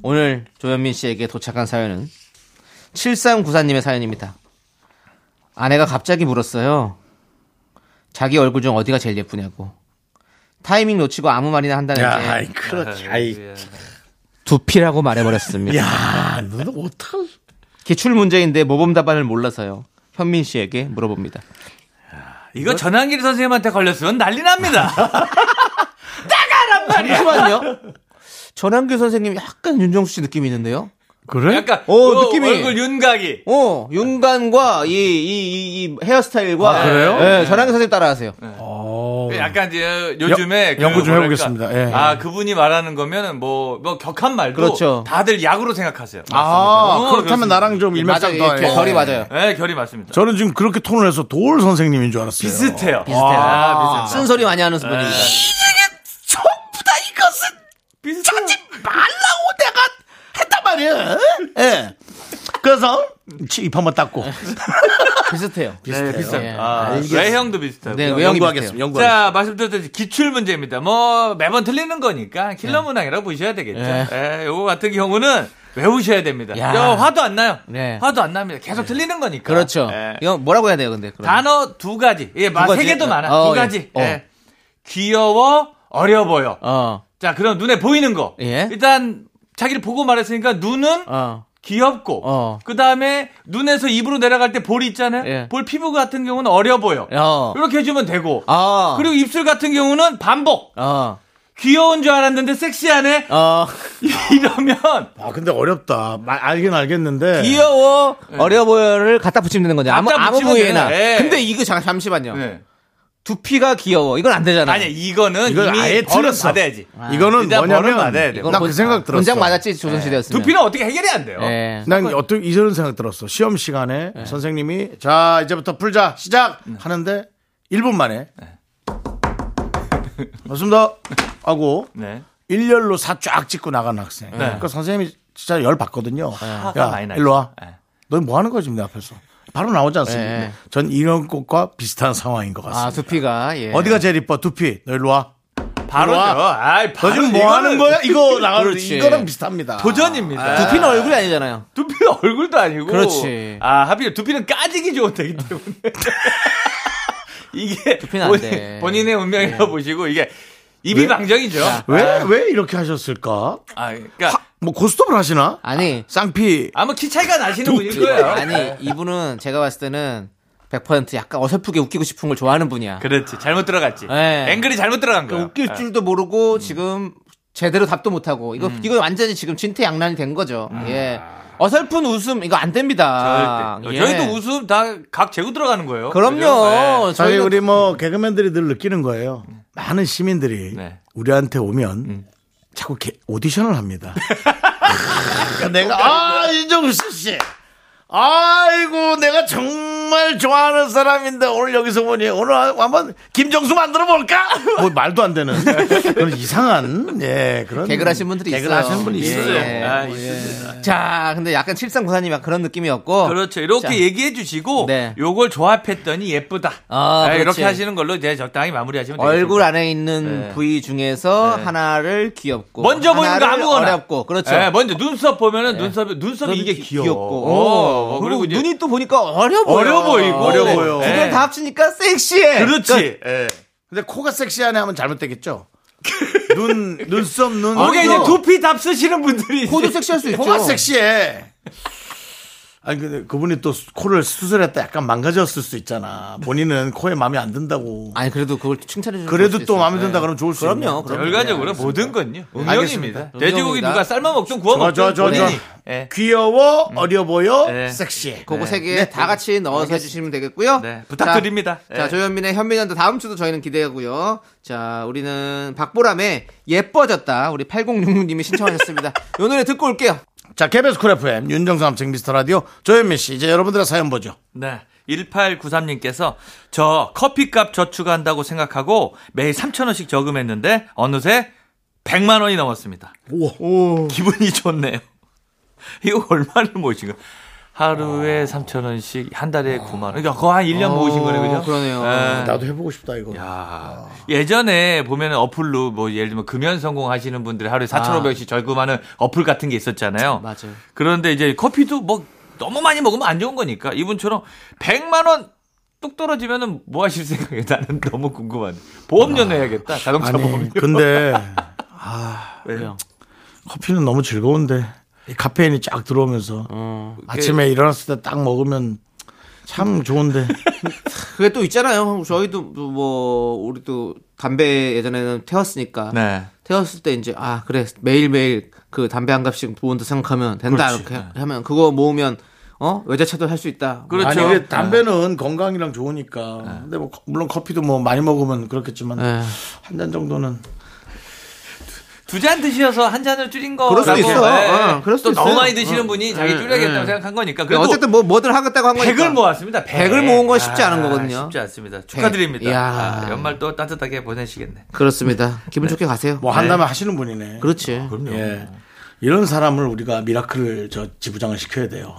오늘 조현민 씨에게 도착한 사연은 7394님의 사연입니다. 아내가 갑자기 물었어요. 자기 얼굴 중 어디가 제일 예쁘냐고. 타이밍 놓치고 아무 말이나 야, 한다는데 아이, 그렇지. 아이, 두피라고 말해버렸습니다. 야, 너는 어떡할. 기출 문제인데 모범 답안을 몰라서요. 현민 씨에게 물어봅니다. 이거 전환길 선생님한테 걸렸으면 난리 납니다. 잠시만요. 전환규 선생님 약간 윤정수 씨 느낌이 있는데요. 그래? 약간 오, 그 느낌이. 얼굴 윤곽이. 어, 윤간과 이, 이, 이, 이 아, 헤어스타일과. 그래요? 예, 전환규 선생님 따라하세요. 네. 약간 이제 요즘에 그 여- 연구 좀 뭐랄까, 해보겠습니다. 예. 아 그분이 말하는 거면은 뭐, 뭐 격한 말도 그렇죠. 다들 약으로 생각하세요. 아, 어, 그렇다면 나랑 좀 맞아요. 일맥상통. 이게 결이 맞아요. 네, 결이 맞습니다. 저는 지금 그렇게 톤을 해서 도울 선생님인 줄 알았어요. 비슷해요. 비슷해요. 아, 비슷해요. 네. 쓴소리 많이 하는 분입니다. 말라고 내가 했단 말이야. 예. 그래서 치, 입 한번 닦고. 비슷해요. 비슷해요. 예. 아, 외형도 비슷해요. 네, 외형이 연구하겠습니다. 비슷해요. 연구하겠습니다. 자, 말씀드렸듯이 기출 문제입니다. 뭐, 매번 틀리는 거니까 예. 킬러 문항이라고 보셔야 되겠죠. 네. 예, 요거 같은 경우는 외우셔야 됩니다. 야. 야, 화도 안 나요. 네. 화도 안 납니다. 계속 틀리는 거니까. 그렇죠. 예. 이건 뭐라고 해야 돼요, 근데? 그럼? 단어 두 가지. 예, 마- 가지? 세 개도 많아. 어, 두 예. 가지. 어. 예. 귀여워, 어려 보여. 어, 자, 그럼 눈에 보이는 거. 예. 일단, 자기를 보고 말했으니까 눈은 어. 귀엽고, 어. 그 다음에 눈에서 입으로 내려갈 때 볼이 있잖아요. 예. 볼 피부 같은 경우는 어려 보여. 어. 이렇게 해주면 되고. 어. 그리고 입술 같은 경우는 반복. 어. 귀여운 줄 알았는데 섹시하네. 어. 이러면 아, 근데 어렵다. 말, 알긴 알겠는데. 귀여워, 어려 보여를 갖다 붙이면 되는 거죠. 아무, 네. 갖다 아무 붙이면 부위에나. 되는 거예요. 예. 근데 이거 잠- 잠시만요. 두피가 귀여워. 이건 안 되잖아요. 아니 이거는 이걸 이미 아예 벌은 틀렸어. 받아야지. 이거는 일단 벌은 뭐냐면 받아야 돼. 이건 나 본- 그 생각 들었어. 본장 맞았지, 조선시대였으면. 네. 두피는 어떻게 해결이 안 돼요. 예. 네. 난 어떤 이런 생각 들었어. 시험 시간에 선생님이 자 이제부터 풀자 시작 네. 하는데 1분 만에 맞습니다 하고 네. 일렬로 사 쫙 찍고 나간 학생. 그러니까 선생님이 진짜 열 받거든요. 네. 화가 야 많이 나죠. 일로 와. 네. 너 뭐 하는 거야 지금 내 앞에서. 바로 나오지 않습니까? 네. 전 이런 것과 비슷한 상황인 것 어? 아, 같습니다. 두피가, 예. 어디가 제일 이뻐? 두피. 너 일로 와. 바로죠. 와. 아이, 너 바로 지금 뭐 이거는 하는 거야? 이거 나가는 그렇지. 이거랑 비슷합니다. 도전입니다. 아. 두피는 얼굴이 아니잖아요. 두피 얼굴도 아니고. 그렇지. 아, 하필 두피는 까지기 좋은 데기 때문에. 이게 두피는 안 돼. 본인, 의 운명이라고 보시고 이게 입이 방정이죠. 왜 왜 이렇게 하셨을까? 아, 그러니까 뭐 고스톱을 하시나? 아니, 쌍피 아마 키 차이가 나시는 분일 거예요. 아니, 이분은 제가 봤을 때는 100% 약간 어설프게 웃기고 싶은 걸 좋아하는 분이야. 그렇지. 아, 잘못 들어갔지. 예. 앵글이 잘못 들어간 거야. 웃길 줄도 음. 모르고 지금 제대로 답도 못하고 이거 이거 완전히 지금 진퇴양난이 된 거죠. 예. 어설픈 웃음 이거 안 됩니다. 음. 절대. 예. 저희도 웃음 다 각 재고 들어가는 거예요. 그죠? 그럼요. 저희 네. 저희 우리 우리 뭐 개그맨들이 늘 느끼는 거예요. 많은 시민들이 네. 우리한테 오면 자꾸 이렇게 오디션을 합니다. 그러니까 내가 아 이정수 씨, 아이고 내가 정말 좋아하는 사람인데 오늘 여기서 보니 오늘 한번 김정수 만들어 볼까? 뭐 말도 안 되는 그런 이상한 예 그런 개그를 하시는 분들이 개그를 있어요. 하시는 분이 예. 있어요. 예. 아, 있습니다. 자, 근데 약간 칠상 부사님 약 그런 느낌이었고. 그렇죠. 이렇게 자. 얘기해 주시고 네. 요걸 조합했더니 예쁘다. 아, 네, 그렇지. 이렇게 하시는 걸로 이제 적당히 마무리하시면 되겠습니다. 얼굴 아- 안에 있는 네. 부위 중에서 네. 하나를 귀엽고 먼저 보이는 거 하나를 아무거나 어렵고 그렇죠. 네. 네, 먼저 눈썹 보면은 눈썹이 어, 눈썹이 이게 귀- 귀여워. 귀엽고. 어, 어, 그리고, 그리고, 이제 눈이 또 보니까 어려 보여. 어려 보이고. 어려 보여. 두 개 네. 다 합치니까 섹시해. 그렇죠. 그렇지. 예. 근데 코가 섹시하네 하면 잘못되겠죠. 눈 눈썹 눈 거기에 눈. 이제 두피 답 쓰시는 분들이 코도 이제 섹시할 수 있죠. 코가 섹시해. 아니 근데 그분이 또 수- 코를 수술했다 약간 망가졌을 수 있잖아. 본인은 코에 마음에 안 든다고. 아니 그래도 그걸 칭찬해 주는 그래도 또 마음에 든다 그러면 좋을 수 그럼요. 있네요. 그럼요. 결과적으로 모든 건요 알겠습니다. 운명입니다. 돼지고기 운명이다. 누가 삶아 먹든 구워 좋아, 먹든 좋아, 좋아, 본인이. 좋아. 예. 귀여워, 어려 보여, 네. 섹시해. 그거 세 개 다 같이 넣어서 해주시면 되겠고요. 네, 부탁드립니다. 자, 자, 예. 조현민의 현민한테 다음 주도 저희는 기대하고요. 자, 우리는 박보람의 예뻐졌다. 우리 8066님이 신청하셨습니다. 이 노래 듣고 올게요. 자, KBS 쿨 FM 윤정수 남창 미스터 라디오 조현민 씨 이제 여러분들의 사연 보죠. 네. 1893님께서 저 커피값 저축한다고 생각하고 매일 3,000원씩 저금했는데 어느새 100만 원이 넘었습니다. 기분이 좋네요. 이거 얼마를 모으신 거예요? 하루에 어. 3,000원씩, 한 달에 9만 원. 그러니까 거의 한 1년 모으신 거네요. 그죠? 그러네요. 예. 나도 해보고 싶다 이거. 야, 예전에 보면 은 어플로 뭐 예를 들면 금연 성공하시는 분들이 하루에 4,500원씩 절금하는 어플 같은 게 있었잖아요. 아. 맞아요. 그런데 이제 커피도 뭐 너무 많이 먹으면 안 좋은 거니까 이분처럼 100만 원 뚝 떨어지면은 뭐 하실 생각이에요? 나는 너무 궁금한데. 아. 보험료 내야겠다. 자동차 아니 보험료. 근데 아, 왜요? 커피는 너무 즐거운데 이 카페인이 쫙 들어오면서 아침에 일어났을 때 딱 먹으면 참 좋은데 그게 또 있잖아요. 저희도 뭐, 우리 또 담배 예전에는 태웠으니까. 네. 태웠을 때 이제, 아, 그래. 매일매일 그 담배 한 갑씩 모은다 생각하면 된다. 그렇지. 네. 이렇게 하면 그거 모으면, 어? 외제차도 할 수 있다. 그렇죠. 아니 이게 담배는 건강이랑 좋으니까. 근데 뭐 거- 물론 커피도 뭐 많이 먹으면 그렇겠지만 예. 한 잔 정도는 두 잔 드셔서 한 잔을 줄인 거. 그럴 수도 있어. 어, 그럴 수도 또 너무 있어요. 네, 많이 드시는 분이 자기 줄여야겠다고 생각한 거니까. 그래도 어쨌든 뭐, 뭐든 하겠다고 한 거니까. 100을 모았습니다. 100. 백을 모은 건 쉽지 아, 않은 거거든요. 쉽지 않습니다. 축하드립니다. 이야. 아, 연말 또 따뜻하게 보내시겠네. 아, 그렇습니다. 기분 좋게 가세요. 뭐 한다면 하시는 분이네. 그렇지. 예. 이런 사람을 우리가 미라클을 저 지부장을 시켜야 돼요.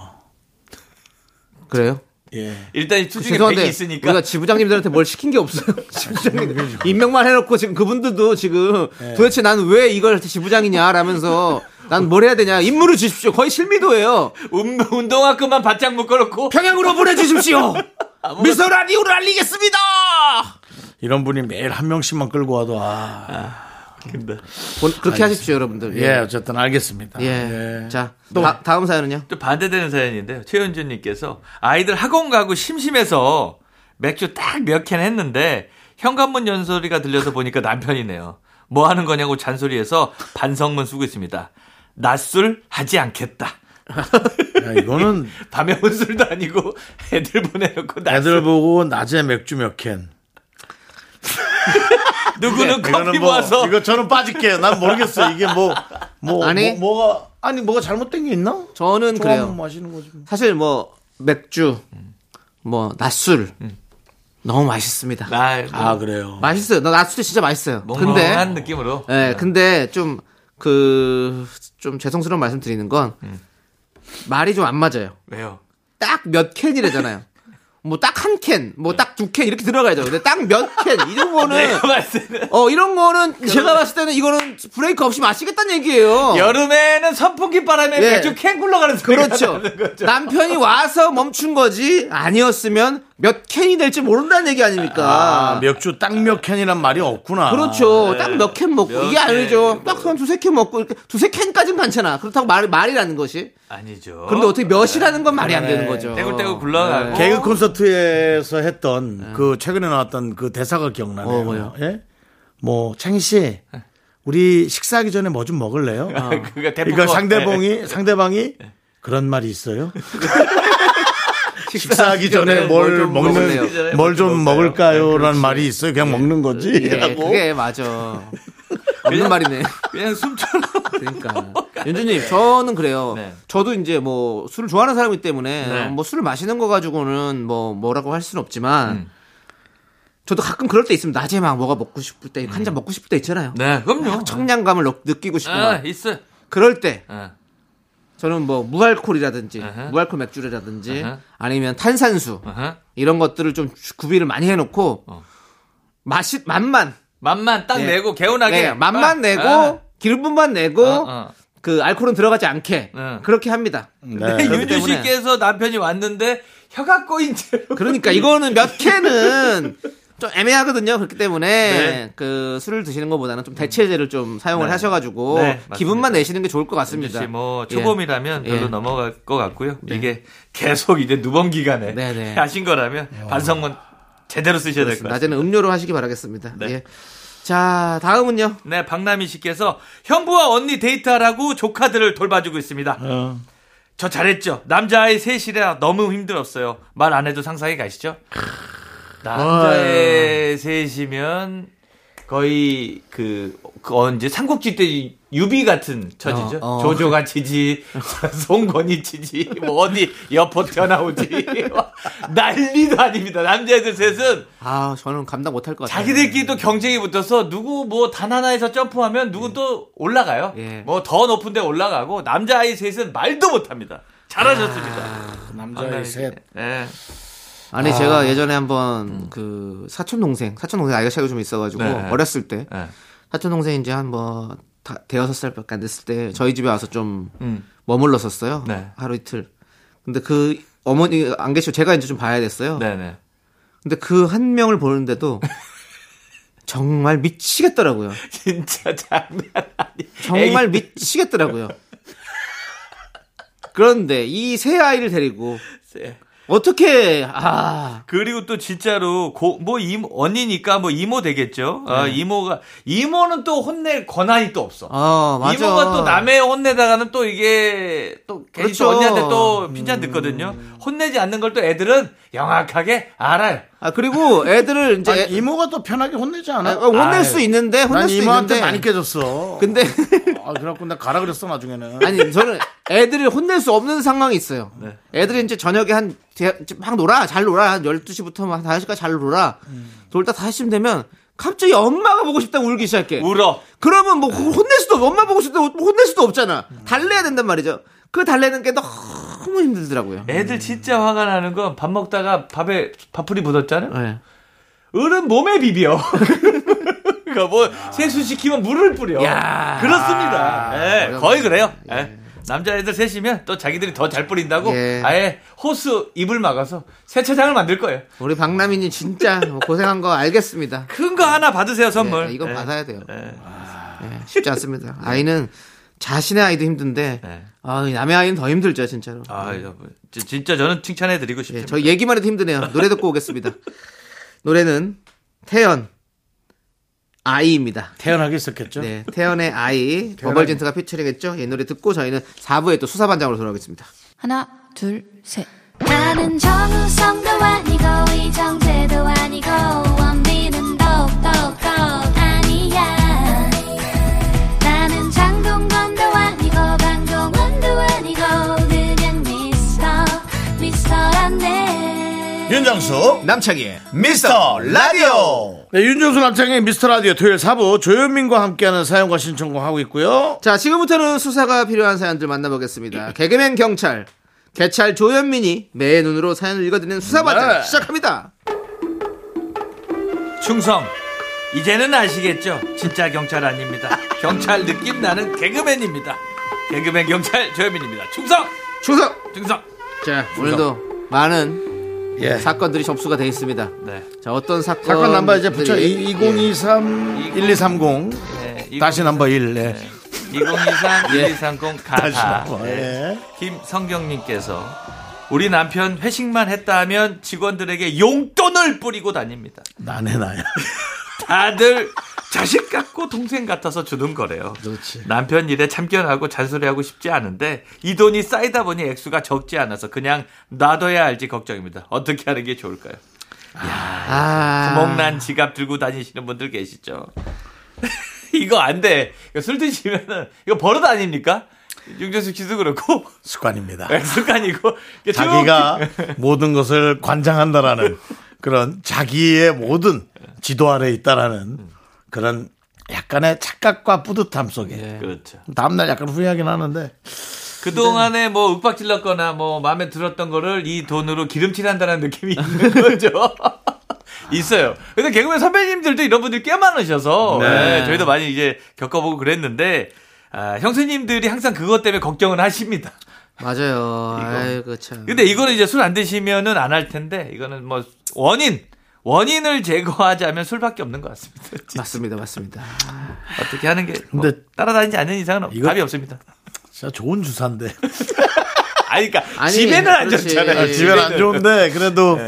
그래요? 예. 일단 이 투중에 죄송한데 100이 있으니까. 아, 우리가 지부장님들한테 뭘 시킨 게 없어요. 지부장님 임명만 해놓고 지금 그분들도 지금 네. 도대체 난 왜 이걸 지부장이냐라면서 난 뭘 해야 되냐 임무를 주십시오. 거의 실미도예요. 운- 운동화끈만 바짝 묶어놓고 평양으로 보내주십시오. 미소 라디오를 알리겠습니다. 이런 분이 매일 한 명씩만 끌고 와도 아. 본- 그렇게 하십시오, 여러분들. 예, 어쨌든 알겠습니다. 예. 예. 자, 다, 다음 사연은요. 또 반대되는 사연인데요. 최현준님께서 아이들 학원 가고 심심해서 맥주 딱 몇 캔 했는데 현관문 연소리가 들려서 보니까 남편이네요. 뭐 하는 거냐고 잔소리해서 반성문 쓰고 있습니다. 낮술 하지 않겠다. 야, 이거는 밤에 온 술도 아니고 애들 보내놓고 네, 낮술. 애들 보고 낮에 맥주 몇 캔. 네, 누구는 커피 이거는 뭐 모아서 이거 저는 빠질게요. 난 모르겠어요. 이게 뭐 뭐, 아니. 뭐, 뭐가 아니 뭐가 잘못된 게 있나? 저는 좋아하면 그래요. 마시는 거지. 뭐. 사실 뭐 맥주, 뭐 낮술 너무 맛있습니다. 아, 아, 그래요. 맛있어요. 나 낮술이 진짜 맛있어요. 근데 멍멍한 느낌으로. 예, 근데 좀, 그, 좀 죄송스러운 말씀 드리는 건, 말이 좀 안 맞아요. 왜요? 딱 몇 캔이래잖아요. 뭐 딱 한 캔, 뭐 딱 두 캔 이렇게 들어가야죠. 근데 딱 몇 캔, 이런 거는, 내가 봤을 때 어, 이런 거는 제가 봤을 때는 이거는 브레이크 없이 마시겠다는 얘기예요. 여름에는 선풍기 바람에 예. 맥주 캔 굴러가는 소리가 그렇죠. 나는 거죠. 남편이 와서 멈춘 거지, 아니었으면 몇 캔이 될지 모른다는 얘기 아닙니까. 아, 맥주 딱 몇 캔이란 말이 없구나. 그렇죠. 딱 몇 캔 먹고. 이게 캔, 아니죠. 딱 한 두세 캔 먹고. 이렇게 두세 캔까지는 괜찮아. 그렇다고 말, 말이라는 것이. 아니죠. 근데 어떻게 네. 몇이라는 건 말이 안 되는 거죠. 떼굴떼굴 굴러가고 개그 콘서트에서 했던 그 최근에 나왔던 그 대사가 어, 기억나네요. 뭐요? 예? 뭐 창희 씨 우리 식사하기 전에 뭐 좀 먹을래요? 그거 대포 그러니까 거. 상대방이 상대방이 그런 말이 있어요? 식사하기 전에 뭘 좀 먹네요. 먹는 뭘 좀 먹을까요라는 말이 있어요. 그냥 먹는 거지. 예, 라고. 그게 맞아. 없는 말이네. 그냥 숨처럼 그러니까 연주님 저는 그래요. 네. 저도 이제 뭐 술을 좋아하는 사람이기 때문에 네. 뭐 술을 마시는 거 가지고는 뭐 뭐라고 할 수는 없지만 음. 저도 가끔 그럴 때 있으면 낮에 막 뭐가 먹고 싶을 때 한 잔 먹고 싶을 때 있잖아요. 음. 네 그럼요 청량감을 느- 느끼고 싶고 아, 막. 있어요 그럴 때 아, 저는 뭐 무알콜이라든지 아하. 무알콜 맥주라든지 아하. 어. 아니면 탄산수 아하. 이런 것들을 좀 주- 구비를 많이 해놓고 어. 맛이 맛만 맛만 딱 네. 내고 개운하게 네, 맛만 내고 아, 기름분만 내고 어, 어. 그 알코올은 들어가지 않게 응. 그렇게 합니다. 근데 네, 그렇기 네, 윤주 때문에. 씨께서 남편이 왔는데 혀가 꼬인 채로 그러니까 이거는 몇 캔은 좀 애매하거든요. 그렇기 때문에 네. 그 술을 드시는 것보다는 좀 대체제를 좀 사용을 하셔가지고 네, 맞습니다. 기분만 내시는 게 좋을 것 윤주 같습니다. 씨뭐 예. 초범이라면 별로 예. 네. 넘어갈 것 같고요 이게 계속 이제 누번 기간에 네네. 어. 하신 거라면 반성문 제대로 쓰셔야 될 것 그렇습니다. 같아요 낮에는 음료로 하시기 바라겠습니다. 네. 예. 자 다음은요. 네, 박남희 씨께서 형부와 언니 데이트하라고 조카들을 돌봐주고 있습니다. 어. 저 잘했죠. 남자아이 셋이라 너무 힘들었어요. 말 안 해도 상상이 가시죠? 남자애 셋이면 거의 그, 그 언제 삼국지 때 유비 같은 처지죠. 어, 어. 조조가 치지, 송건이 치지, 뭐 어디 여포 튀어나오지. 난리도 아닙니다. 남자애들 셋은 아 저는 감당 못할 것 같아요. 자기들끼리 또 경쟁이 붙어서 누구 뭐 단 하나에서 점프하면 누구 또 올라가요. 네. 예. 뭐 더 높은 데 올라가고 남자아이 셋은 말도 못합니다. 아, 잘하셨습니다. 남자의 셋. 네. 예. 아니 제가 예전에 한번 그 사촌 동생 사촌 동생 아이가 차이가 좀 있어가지고 네, 네. 어렸을 때 네. 사촌 동생 이제 한뭐 대여섯 살밖에 안 됐을 때 저희 집에 와서 좀 음. 머물렀었어요 네. 하루 이틀 근데 그 어머니 안 계시고 제가 이제 좀 봐야 됐어요 네네. 근데 그 한 명을 보는데도 정말 미치겠더라고요 진짜 장난 아니. 정말 미치겠더라고요 그런데 이 세 아이를 데리고 세. 어떻게 아 예. 그리고 또 진짜로 고, 뭐 이모, 언니니까 뭐 이모 되겠죠. 아, 이모가 이모는 또 혼낼 권한이 또 없어. 네. 어, 맞아. 이모가 또 남의 혼내다가는 또 이게 또 괜히 또 그렇죠. 음. 언니한테 또 핀잔 듣거든요. 혼내지 않는 걸 또 애들은 영악하게 알아요. 아 그리고 애들을 이제 아니, 애- 이모가 더 편하게 혼내지 않아? 아, 혼낼 수 있는데 혼낼 난 수 이모한테 있는데 많이 깨졌어. 근데 아, 그래갖고 나 가라 그랬어 나중에는. 아니 저는 애들이 혼낼 수 없는 상황이 있어요. 네. 애들이 이제 저녁에 한막 놀아 잘 놀아 한 12시부터 한 5시까지 잘 놀아 음. 놀다 5시쯤 되면 갑자기 엄마가 보고 싶다고 울기 시작해. 울어. 그러면 네. 뭐 혼낼 수도 없 엄마 보고 싶다 고뭐 혼낼 수도 없잖아. 음. 달래야 된단 말이죠. 그 달래는 게 너무 힘들더라고요. 네. 애들 진짜 화가 나는 건 밥 먹다가 밥에 밥풀이 묻었잖아요. 네. 을은 몸에 비벼. 그러니까 뭐 세수시키면 물을 뿌려. 야. 아, 그렇습니다. 예, 어렵네. 거의 그래요. 예. 남자애들 셋이면 또 자기들이 더 잘 뿌린다고 예. 아예 호수 입을 막아서 세차장을 만들 거예요. 우리 박남인이 진짜 뭐 고생한 거 알겠습니다. 큰 거 하나 받으세요 선물. 네, 이건 예. 받아야 돼요. 예. 네. 예, 쉽지 않습니다. 아이는 자신의 아이도 힘든데 네. 아, 이 남의 아이는 더 힘들죠 진짜로. 아, 여러분. 지- 진짜 저는 칭찬해 드리고 예, 싶습니다. 저 얘기만 해도 힘드네요. 노래 듣고 오겠습니다. 노래는 태연 아이입니다. 태연하게 있었겠죠. 네, 태연의 아이 버벌진트가 피처링했죠. 이 노래 듣고 저희는 4부에 또 수사반장으로 돌아오겠습니다. 하나, 둘, 셋. 나는 정우성도 아니고 이정재도 아니고 원빈은 더욱더 아니야 나는 장동건도 아니고 강동원도 아니고 그냥 미스터 미스터란데 윤정수 남창희의 미스터 라디오. 네, 윤정수 남창의 미스터 라디오 토요일 4부 조현민과 함께하는 사연과 신청곡 하고 있고요. 자, 지금부터는 수사가 필요한 사연들 만나보겠습니다. 개그맨 경찰, 개찰 조현민이 매의 눈으로 사연을 읽어드리는 수사반장 네. 시작합니다. 충성. 이제는 아시겠죠? 진짜 경찰 아닙니다. 경찰 느낌 나는 개그맨입니다. 개그맨 경찰 조현민입니다. 충성! 충성! 충성! 자, 오늘도 많은 예. 사건들이 접수가 돼 있습니다. 네. 자, 어떤 네, 사건. 사건 넘버 이제 붙여 2023 1230 네, 다시 넘버 1. 네. 2023 1230 가사. 예. 김성경님께서 우리 남편 회식만 했다 하면 직원들에게 용돈을 뿌리고 다닙니다. 나네 나야. 다들 자식 같고 동생 같아서 주는 거래요. 그렇지. 남편 일에 참견하고 잔소리하고 싶지 않은데 이 돈이 쌓이다 보니 액수가 적지 않아서 그냥 놔둬야 할지 걱정입니다. 어떻게 하는 게 좋을까요? 아, 구멍난 지갑 들고 다니시는 분들 계시죠? 이거 안 돼. 이거 술 드시면은 이거 버릇 아닙니까? 윤정수 씨도 그렇고 습관입니다. 습관이고 이게 쭉- 자기가 모든 것을 관장한다라는 그런 자기의 모든 지도 아래 있다라는 그런 약간의 착각과 뿌듯함 속에 그렇죠. 다음날 약간 후회하긴 하는데 그 동안에 뭐 윽박질렀거나 뭐 마음에 들었던 거를 이 돈으로 기름칠한다는 느낌이 있는 거죠. 있어요. 근데 개그맨 선배님들도 이런 분들 꽤 많으셔서 네, 저희도 많이 이제 겪어보고 그랬는데 아, 형수님들이 항상 그것 때문에 걱정은 하십니다. 맞아요. 아이고 참. 근데 이거는 이제 술 안 드시면은 안 할 텐데 이거는 뭐 원인 원인을 제거하자면 술밖에 없는 것 같습니다. 맞습니다, 맞습니다. 어떻게 하는 게 뭐, 근데- 따라다니지 않는 이상은 없- 이거- 답이 없습니다. 진짜 좋은 주사인데 아니 그러니까 아니, 집에는 안 그렇지. 좋잖아요. 아, 집엔 안 좋은데 그래도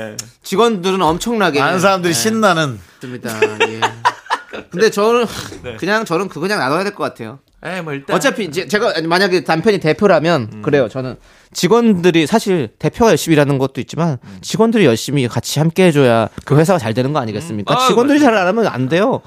직원들은 엄청나게 많은 사람들이 신나는 맞습니다. 예. 근데 저는 네. 그냥 저는 그거 그냥 나눠야 될 것 같아요. 에이, 뭐 일단 음. 어차피 이제 제가 아니, 만약에 남편이 대표라면 그래요. 저는 직원들이 사실 대표가 열심히 일하는 것도 있지만 음. 직원들이 열심히 같이 함께 해줘야 그 회사가 잘 되는 거 아니겠습니까? 음. 아, 직원들이 잘 안 하면 안 돼요.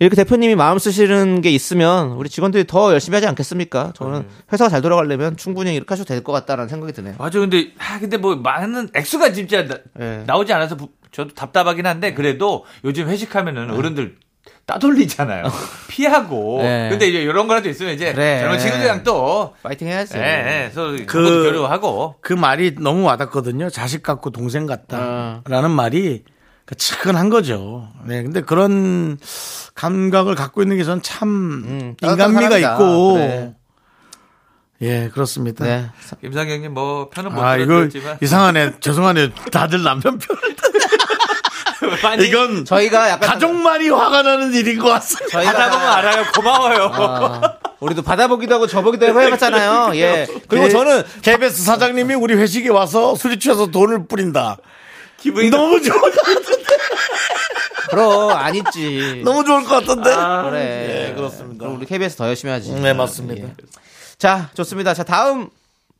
이렇게 대표님이 마음 쓰시는 게 있으면 우리 직원들이 더 열심히 하지 아, 않겠습니까? 저는 네. 회사가 잘 돌아가려면 충분히 이렇게 하셔도 될 것 같다라는 생각이 드네요. 맞아 근데 아 근데 뭐 많은 액수가 진짜 나, 예. 나오지 않아서 부- 저도 답답하긴 한데 그래도 요즘 회식하면은 어른들 따돌리잖아요. 피하고. 예. 근데 이제 이런 거라도 있으면 이제 그래. 젊은 친구들이랑 또 파이팅 해야지. 예, 예, 서로 그 교류하고 그 말이 너무 와닿거든요. 자식 같고 동생 아. 같다라는 말이 그 측은한 거죠. 네, 근데 그런 감각을 갖고 있는 게 저는 참 음, 따뜻한 인간미가 사람이다. 있고 그래. 예 그렇습니다. 네. 김상경님 뭐 편은 못 아 이거 들었지만 이상하네. 죄송하네. 다들 남편 편을 많이 이건 저희가 약간 가족만이 화가 나는 일인 것 같습니다. 저희가 하다 보면 알아요. 고마워요. 아, 우리도 받아보기도 하고 저보기도 하고 그렇죠. 해봤잖아요. 예. 그리고 저는 네. KBS 사장님이 우리 회식에 와서 술이 취해서 돈을 뿌린다. 기분이 너무 좋을 것 같은데. 그럼 안 있지. 너무 좋을 것 같은데. 아, 그래. 예, 그렇습니다. 그럼 우리 KBS 더 열심히 하지. 네, 맞습니다. 예. 자, 좋습니다. 자, 다음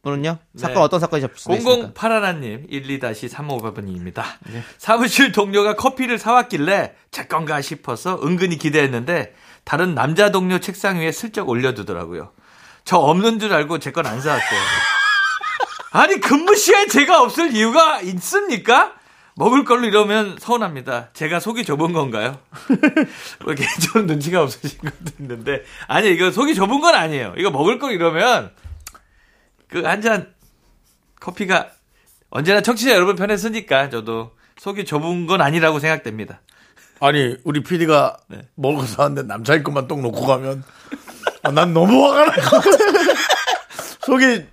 분은요. 네. 사건 어떤 사건이 접수됐습니까? 0081님 12-355번입니다. 네. 사무실 동료가 커피를 사왔길래 제 건가 싶어서 은근히 기대했는데 다른 남자 동료 책상 위에 슬쩍 올려두더라고요. 저 없는 줄 알고 제 건 안 사왔어요. 아니 근무 시에 제가 없을 이유가 있습니까? 먹을 걸로 이러면 서운합니다. 제가 속이 좁은 건가요? 뭐 이렇게 좀 눈치가 없으신 것도 있는데 아니 이거 속이 좁은 건 아니에요. 이거 먹을 걸 이러면 그 한 잔 커피가 언제나 청취자 여러분 편에 서니까 저도 속이 좁은 건 아니라고 생각됩니다. 아니 우리 PD가 네. 먹어서 왔는데 남자일 것만 똑 놓고 가면 아, 난 너무 화가 날 것 같아. 속이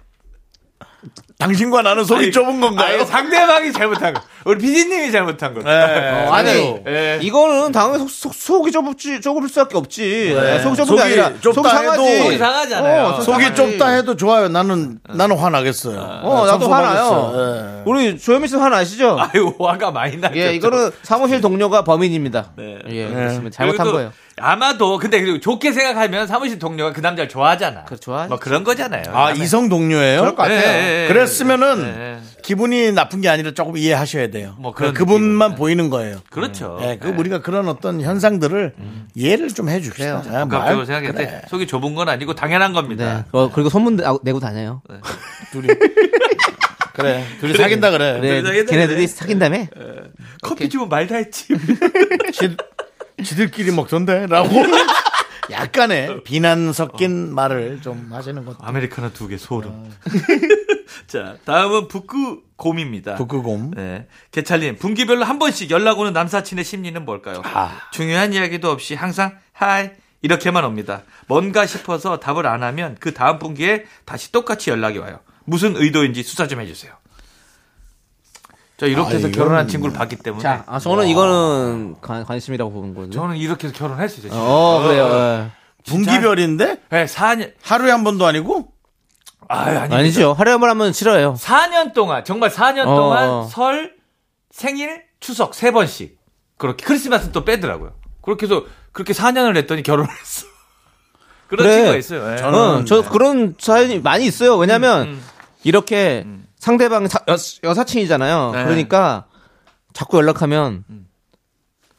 당신과 나는 속이 좁은 건가요? 아예 상대방이 잘못한 거. 우리 피디님이 잘못한 거. 예, 네. 아니, 예. 이거는 당연히 속, 속, 속이 좁을지, 좁을 수밖에 없지. 네. 예, 속이 좁은 게 속이 아니라 좁다 속이 상하지. 해도 속이 상하잖아요. 어, 속이 상하지. 좁다 해도 좋아요. 나는 나는 화나겠어요. 아, 어, 네, 나도 화나요. 섭섭하겠어요. 예. 우리 조현미 씨는 화나 아시죠? 아유 화가 많이 나죠. 네, 네. 예, 이거는 사무실 동료가 범인입니다. 예, 그렇습니다. 잘못한 그리고 또 거예요. 아마도 근데 그리고 좋게 생각하면 사무실 동료가 그 남자를 좋아하잖아. 그 좋아하지. 뭐 그런 거잖아요. 아 이성 동료예요? 네. 그럴 것 네, 같아요. 그랬으면은 기분이 나쁜 게 아니라 조금 이해하셔야 돼요. 뭐 그런 그분만 보이는 거예요. 렇죠 네, 네. 예, 그 우리가 그런 어떤 현상들을 이해를 좀 아, 해주세요. 감각적으로 음. 생각했는데 속이 좁은 건 아니고 당연한 겁니다. 네. 어, 그리고 선문 내- 내고 다녀요. 네. 그래, 둘이 사귄다 그래. 네, 그래서 옛날에- 걔네들이 사귄 다음에 네, 커피 주면 말 다 했지. 지, 지들끼리 먹던데라고 어. 약간의 비난 섞인 말을 좀 하시는 것. 아메리카노 두 개 소름. 자, 다음은 북구곰입니다. 북극곰. 네. 개찰님, 분기별로 한 번씩 연락 오는 남사친의 심리는 뭘까요? 중요한 이야기도 없이 항상 하이 이렇게만 옵니다. 뭔가 싶어서 답을 안 하면 그 다음 분기에 다시 똑같이 연락이 와요. 무슨 의도인지 수사 좀 해주세요. 저 이렇게 해서 아, 이건- 결혼한 친구를 봤기 때문에 자, 아, 저는 이거는 관, 관심이라고 보는 거죠. 저는 이렇게 해서 결혼할 수 있어요. 어, 그래요. 예. 분기별인데 네, 4년 하루에 한 번도 아니고 아유, 아니 예. 아니죠. 하루에 한번 하면 싫어요. 4년 동안 정말 4년 어, 동안 어. 설, 생일, 추석 세 번씩 그렇게 크리스마스 또 빼더라고요. 그렇게 해서 그렇게 4년을 했더니 결혼을 했어. 그런 그래. 친구가 있어요. 예. 어, 저 그런 사연이 많이 있어요. 음, 왜냐면 이렇게 상대방 사, 여, 사친이잖아요 네. 음. 그러니까 자꾸 연락하면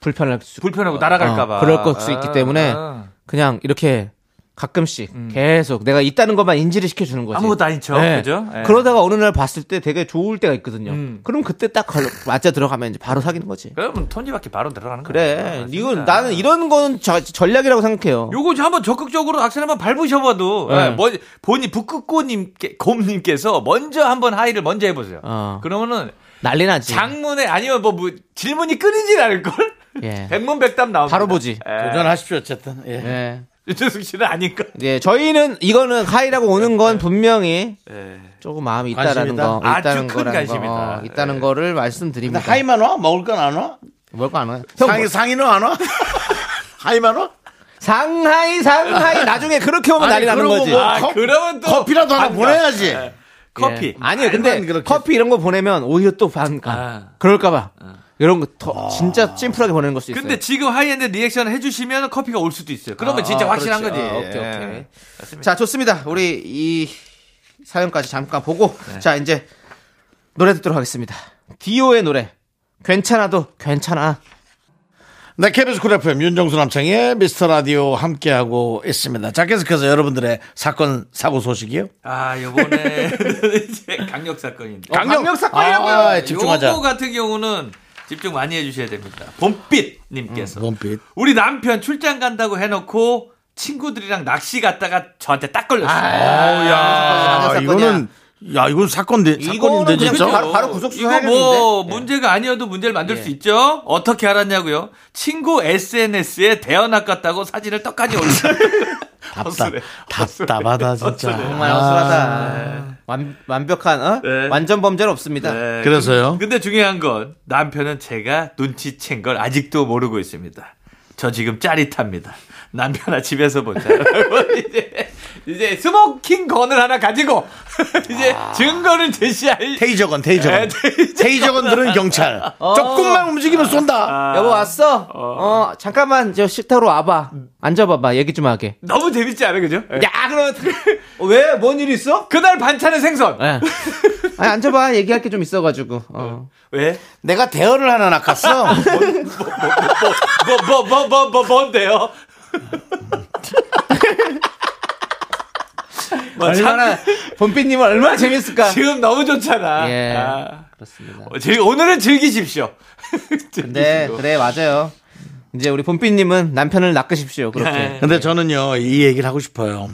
불편할 수 불편하고 날아갈까봐. 어, 그럴 것수 있기 때문에 아. 그냥 이렇게 가끔씩 계속 내가 있다는 것만 인지를 시켜주는 거지. 음. 네. 아무것도 아닌 척, 그죠? 예. 그러다가 어느 날 봤을 때 되게 좋을 때가 있거든요. 음. 그럼 그때 딱 걸러- 맞아 들어가면 이제 바로 사귀는 거지. 그러면 턴지밖에 바로 들어가는 거야. 아, 그래. 이건 나는 이런 건 저- 전략이라고 생각해요. 요거 이제 한번 적극적으로 악셀 한번 밟으셔봐도 네. 예, 뭐, 본인 북극곰님께 곰님께서 먼저 한번 하이를 먼저 해보세요. 어. 그러면은 난리 나지. 예. 장문에 아니면 뭐, 뭐 질문이 끊이질 않을 걸. 예. 백문백답 나옵니다. 바로 보지. 예. 도전하십시오 어쨌든. 예. 예. 유재숙 씨는 아닐까. 예, 저희는 이거는 하이라고 오는 건 분명히 예. 조금 마음이 있다라는 관심이다? 거, 아주 있다는 큰 거라는 거, 관심이다. 어, 있다는 예. 거를 근데 말씀드립니다. 하이만 뭐- 와? 먹을 건 안 와? 뭘까 안 와요? 형, 상이 상이는 안 와? 하이만 와? 상하이, 상하이 나중에 그렇게 오면 난리 나는 그러고 거지. 예. 뭐 아, 컵- 그러면 또 예. 커피라도 하나 반가. 보내야지. 커피. 아니요, 말만 근데 그렇게. 커피 이런 거 보내면 오히려 또 반가. 아. 그럴까봐. 이런 거 아. 더, 진짜 찜플하게 보내는 걸 수 있어요. 아, 근데 지금 하이엔드 리액션 해주시면 커피가 올 수도 있어요. 그러면 진짜 확실한 그렇죠. 거지. 아, 예. 네. 자, 좋습니다. 우리 이 사연까지 잠깐 보고 자, 이제 노래 듣도록 하겠습니다. 디오의 노래. 괜찮아도 괜찮아. 네, KBS 쿨 FM 윤정수 남창의 미스터 라디오 함께하고 있습니다. 자, 계속해서 여러분들의 사건, 사고 소식이요. 아, 요번에 이제 강력 사건인데. 강력, 사건이라고요. 아, 아, 집중하자. 요거 같은 경우는 집중 많이 해주셔야 됩니다. 음, 봄빛님께서. 뭐. 원빛. 우리 남편 출장 간다고 해놓고 친구들이랑 낚시 갔다가 저한테 딱 걸렸어요. 아, 사건이야. 이거는, 야, 이건 사건인데, 사건인데, 그냥 진짜. 바로, 바로 구속수사 이거 뭐 문제가 아니어도 예. 문제를 만들 수 있죠. 어떻게 알았냐고요? 친구 SNS에 대여 낚았다고 사진을 떡하니 올렸어요. 답답, 답답하다, 진짜. 정말 어수하다. 완, 완벽한 어? 네. 완전 범죄는 없습니다. 네. 아, 그래서요? 근데 중요한 건 남편은 제가 눈치챈 걸 아직도 모르고 있습니다. 저 지금 짜릿합니다. 남편아 집에서 보자. 이제, 이제 스모킹 건을 하나 가지고 이제 아. 증거를 제시할 테이저건, 테이저건. 네, 테이저건. 어. 테이저건들은 경찰. 조금만 움직이면 아. 쏜다. 여보 왔어? 어. 잠깐만 저 식탁으로 와봐. 앉아봐봐 얘기 좀 하게. 너무 재밌지 않아 그죠? 예. 야 그럼 왜? 뭔 일 있어? 그날 반찬은 생선. 예. 아니 앉아봐 얘기할 게 좀 있어가지고. 어. 왜? 내가 대어를 하나 아. 낚았어. 뭐 뭐 뭐 뭐 뭔데요? 뭐 얼마나 범삐님은 얼마나 재밌을까? 지금 너무 좋잖아. 예. 아. 그렇습니다. 어, 즐- 오늘은 즐기십시오. 네 즐기시고. 그래 맞아요. 이제 우리 범삐님은 남편을 낚으십시오 그렇게. 근데 저는요 이 얘기를 하고 싶어요.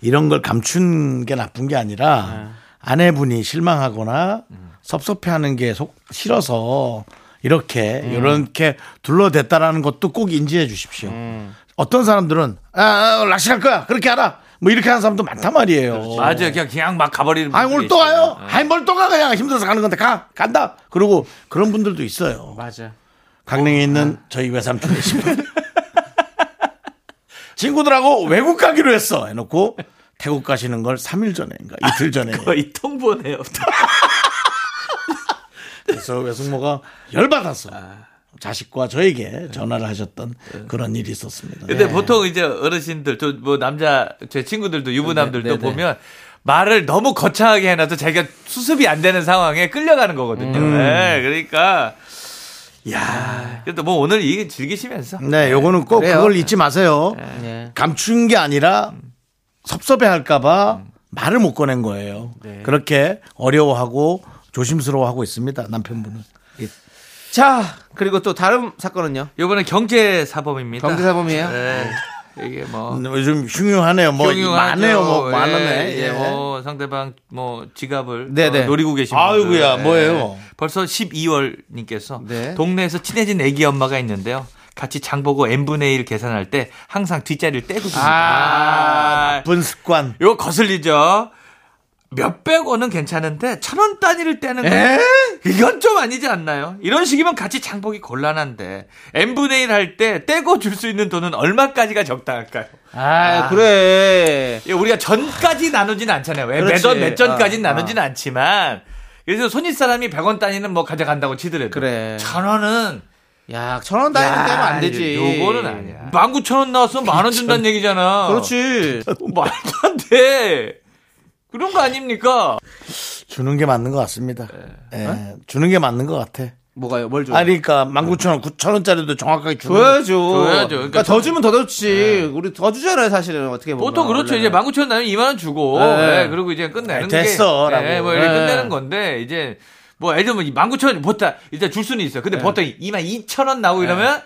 이런 걸 감춘 게 나쁜 게 네. 아니라 아내분이 실망하거나 섭섭해하는 게 속, 싫어서 이렇게 음. 이렇게 둘러댔다라는 것도 꼭 인지해 주십시오. 음. 어떤 사람들은 아, 아 낚시할 거야 그렇게 알아 뭐 이렇게 하는 사람도 많단 말이에요. 그렇죠. 맞아요. 그냥 그냥 막 가버리는. 아니 분들이 오늘 또 있어요. 네. 와요. 아니 뭘 또 가 그냥 힘들어서 가는 건데 가 간다. 그러고 그런 분들도 있어요. 맞아. 강릉에 어. 있는 저희 외삼촌 계신 분. 친구들하고 외국 가기로 했어. 해놓고 태국 가시는 걸 3일 전에인가 이틀 전에. 아, 거의 통보네요. 그래서 외숙모가 열받았어. 아. 자식과 네. 저에게 전화를 하셨던 그런 일이 있었습니다. 근데 보통 이제 어르신들, 저 뭐 남자 제 친구들도 유부남들도 네, 네, 네. 보면 말을 너무 거창하게 해놔서 자기가 수습이 안 되는 상황에 끌려가는 거거든요. 음. 네, 그러니까 야, 그래도 뭐 오늘 이게 즐기시면서 네, 요거는 꼭 그래요. 그걸 잊지 마세요. 네. 예. 감춘 게 아니라 섭섭해할까봐 말을 못 꺼낸 거예요. 그렇게 어려워하고 조심스러워하고 있습니다. 남편분은. 자 그리고 또 다른 사건은요. 요번에 경제 사범입니다. 경제사범이에요? 네. 이게 뭐 요즘 어, 흉흉하네요. 뭐 경유하죠. 많네요. 뭐 예, 많네. 예, 예. 뭐 상대방 뭐 지갑을 네네. 어, 노리고 계신 분들. 아이고야 예. 뭐예요? 벌써 12월님께서 네. 동네에서 친해진 애기 엄마가 있는데요. 같이 장 보고 n분의 1 계산할 때 항상 뒷자리를 떼고 줍니다. 아, 나쁜 습관. 이거 거슬리죠. 몇백 원은 괜찮은데 천 원 단위를 떼는 거 이건 좀 아니지 않나요? 이런 식이면 같이 장보기 곤란한데 n분의 1 할 때 떼고 줄 수 있는 돈은 얼마까지가 적당할까요? 아, 그래. 예, 우리가 전까지 나누진 않잖아요. 왜 그렇지. 매전 몇전까지는 어, 아, 나누진 않지만 그래서 아, 손윗 사람이 100원 단위는 뭐 가져간다고 치더라도 그래. 천 원은 야, 천 원 다이어리 되면 안 되지. 요거는 아니야. 그렇죠. 19,000원 나왔으면 만 원 준다는 얘기잖아. 그렇지. 말도 안 돼. 그런 거 아닙니까? 주는 게 맞는 것 같습니다. 예, 주는 게 맞는 것 같아. 뭐가요? 뭘 줘? 아니, 그러니까 19,000원, 9,000원짜리도 정확하게 주는 거. 줘야죠. 줘야죠. 그러니까, 그러니까 더 주면 더 좋지. 우리 더 주잖아요, 사실은. 어떻게 보면. 보통 그렇죠. 이제 19,000원 나면 2만 원 주고 네. 예, 그리고 이제 끝내는 아이, 게 됐어, 라고. 예, 뭐 이렇게 네. 끝내는 건데 이제 뭐 예를 들면 19,000원 보통 일단 줄 수는 있어. 요 근데 보통 2만 2,000원 나오고 이러면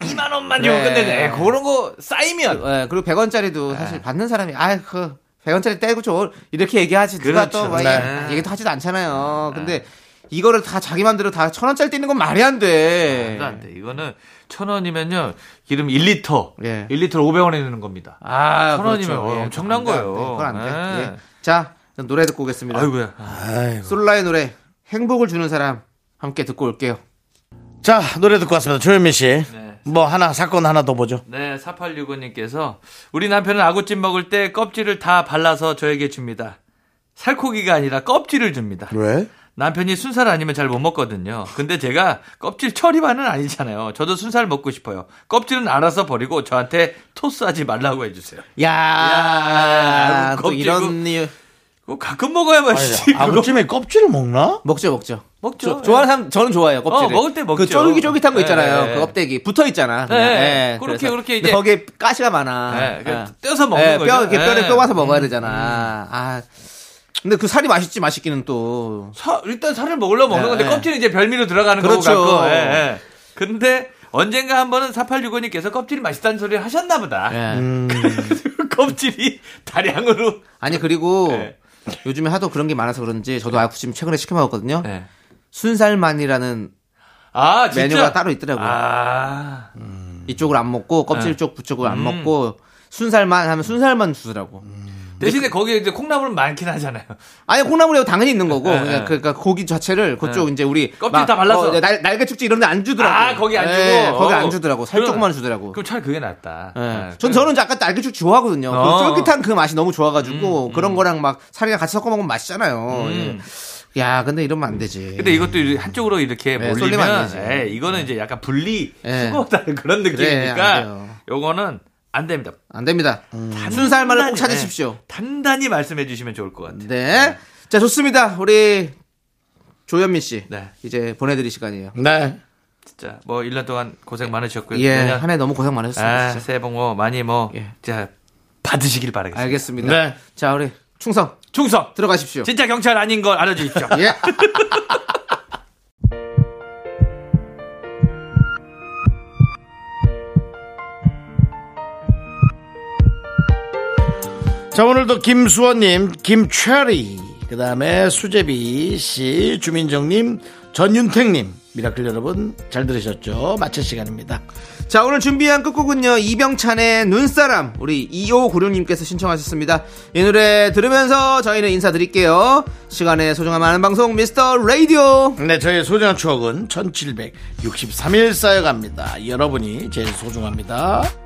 2만 원만 주고 네. 네. 끝내는 예, 그런 거 쌓이면 예, 그리고 100원짜리도 예. 사실 받는 사람이, 아이, 그, 100원짜리 떼고 줘. 이렇게 얘기하지. 누가 그렇죠. 또, 막 네. 얘기도 하지도 않잖아요. 네. 근데 이거를 다 자기 맘대로 다 천 원짜리 떼는 건 말이 안 돼. 말도 안 돼. 이거는 천 원이면요 기름 1리터, 예. 1리터 500원에 내는 겁니다. 아, 천 원이면 엄청난 그건 안 돼, 거예요. 그건 안 돼. 네. 예. 자, 그럼 노래 듣고 오겠습니다. 아이고야. 아이고. 솔라의 노래, 행복을 주는 사람, 함께 듣고 올게요. 자, 노래 듣고 왔습니다. 조현미 씨. 뭐 하나, 사건 하나 더 보죠. 네, 4865님께서 우리 남편은 아구찜 먹을 때 껍질을 다 발라서 저에게 줍니다. 살코기가 아니라 껍질을 줍니다. 왜? 남편이 순살 아니면 잘 못 먹거든요. 근데 제가 껍질 처리반은 아니잖아요. 저도 순살 먹고 싶어요. 껍질은 알아서 버리고 저한테 토스하지 말라고 해주세요. 야, 야, 또 껍질 이런 일. 그거 가끔 먹어야 맛있지. 그거. 아구찜에 껍질을 먹나? 먹죠, 먹죠. 먹죠. 좋아하는 사람, 저는 좋아해요, 껍질. 어, 먹을 때 먹죠. 그 쫄깃쫄깃한 거 있잖아요. 네. 그 껍데기. 붙어 있잖아. 네. 그렇게, 그렇게 이제- 거기에 가시가 많아. 네, 네. 그냥 떼서 먹는 네, 거죠. 뼈, 이렇게 뼈를 네. 뼈가서 먹어야 되잖아. 아. 근데 그 살이 맛있지, 맛있기는 또. 사- 일단 살을 먹으려고 먹는 예, 건데 예. 껍질은 이제 별미로 들어가는 그렇죠. 거고 같고. 예, 예. 근데 언젠가 한 번은 4865님께서 껍질이 맛있다는 소리를 하셨나 보다. 네. 그래서 껍질이 다량으로 아니, 그리고 네. 요즘에 하도 그런 게 많아서 그런지 저도 아쿠찜 최근에 시켜 먹었거든요. 네. 순살만이라는 아, 진짜. 메뉴가 따로 있더라고요. 아. 이쪽을 안 먹고 껍질 네. 쪽 부쪽을 안 먹고 순살만 하면 순살만 주더라고. 대신에 거기에 이제 콩나물은 많긴 하잖아요. 아니 콩나물이 당연히 있는 거고 네, 그러니까, 네. 그러니까 고기 자체를 그쪽 네. 이제 우리 껍질 다 발라서. 어, 날, 날개 축제 이런 데 안 주더라고. 아, 거기 안 주고. 예, 거기 안 어. 주더라고. 살 그럼- 조금만 주더라고. 그럼 차라리 그게 낫다. 예. 아, 전 그래. 저는 아까 날개 축 좋아하거든요. 그 어. 음, 쫄깃한 그 맛이 너무 좋아가지고 그런 거랑 막 살이랑 같이 섞어 먹으면 맛있잖아요. 예. 야 근데 이러면 안 되지. 근데 이것도 이제 한쪽으로 이렇게 네, 쏠리면 안 몰리면 되지. 예, 이거는 이제 약간 분리 예. 수거다는 그런 안 느낌이니까 돼요. 요거는 안 됩니다. 네, 안 됩니다. 음. 순살만을 꼭 찾으십시오. 단단히 말씀해 주시면 좋을 것 같아요. 네. 자 좋습니다. 우리 조현민 씨 네. 이제 보내드릴 시간이에요. 네. 진짜 뭐 1년 동안 고생 많으셨고요. 예, 내년- 한 해 너무 고생 그, 아, 많으셨습니다. 진짜. 새해 복 뭐 많이 뭐 예. 자, 받으시길 바라겠습니다. 알겠습니다. 네. 자, 우리 충성 충성. 들어가십시오. 진짜 경찰 아닌 걸 알려 주십시오. 예. 자, 오늘도 김수원님, 김최리, 그 다음에 수제비 씨, 주민정님, 전윤택님, 미라클 여러분, 잘 들으셨죠? 마칠 시간입니다. 자, 오늘 준비한 끝곡은요. 이병찬의 눈사람. 우리 2596님께서 신청하셨습니다. 이 노래 들으면서 저희는 인사드릴게요. 시간의 소중함 아는 방송 미스터 라디오. 네, 저의 소중한 추억은 1763일 쌓여갑니다. 여러분이 제일 소중합니다.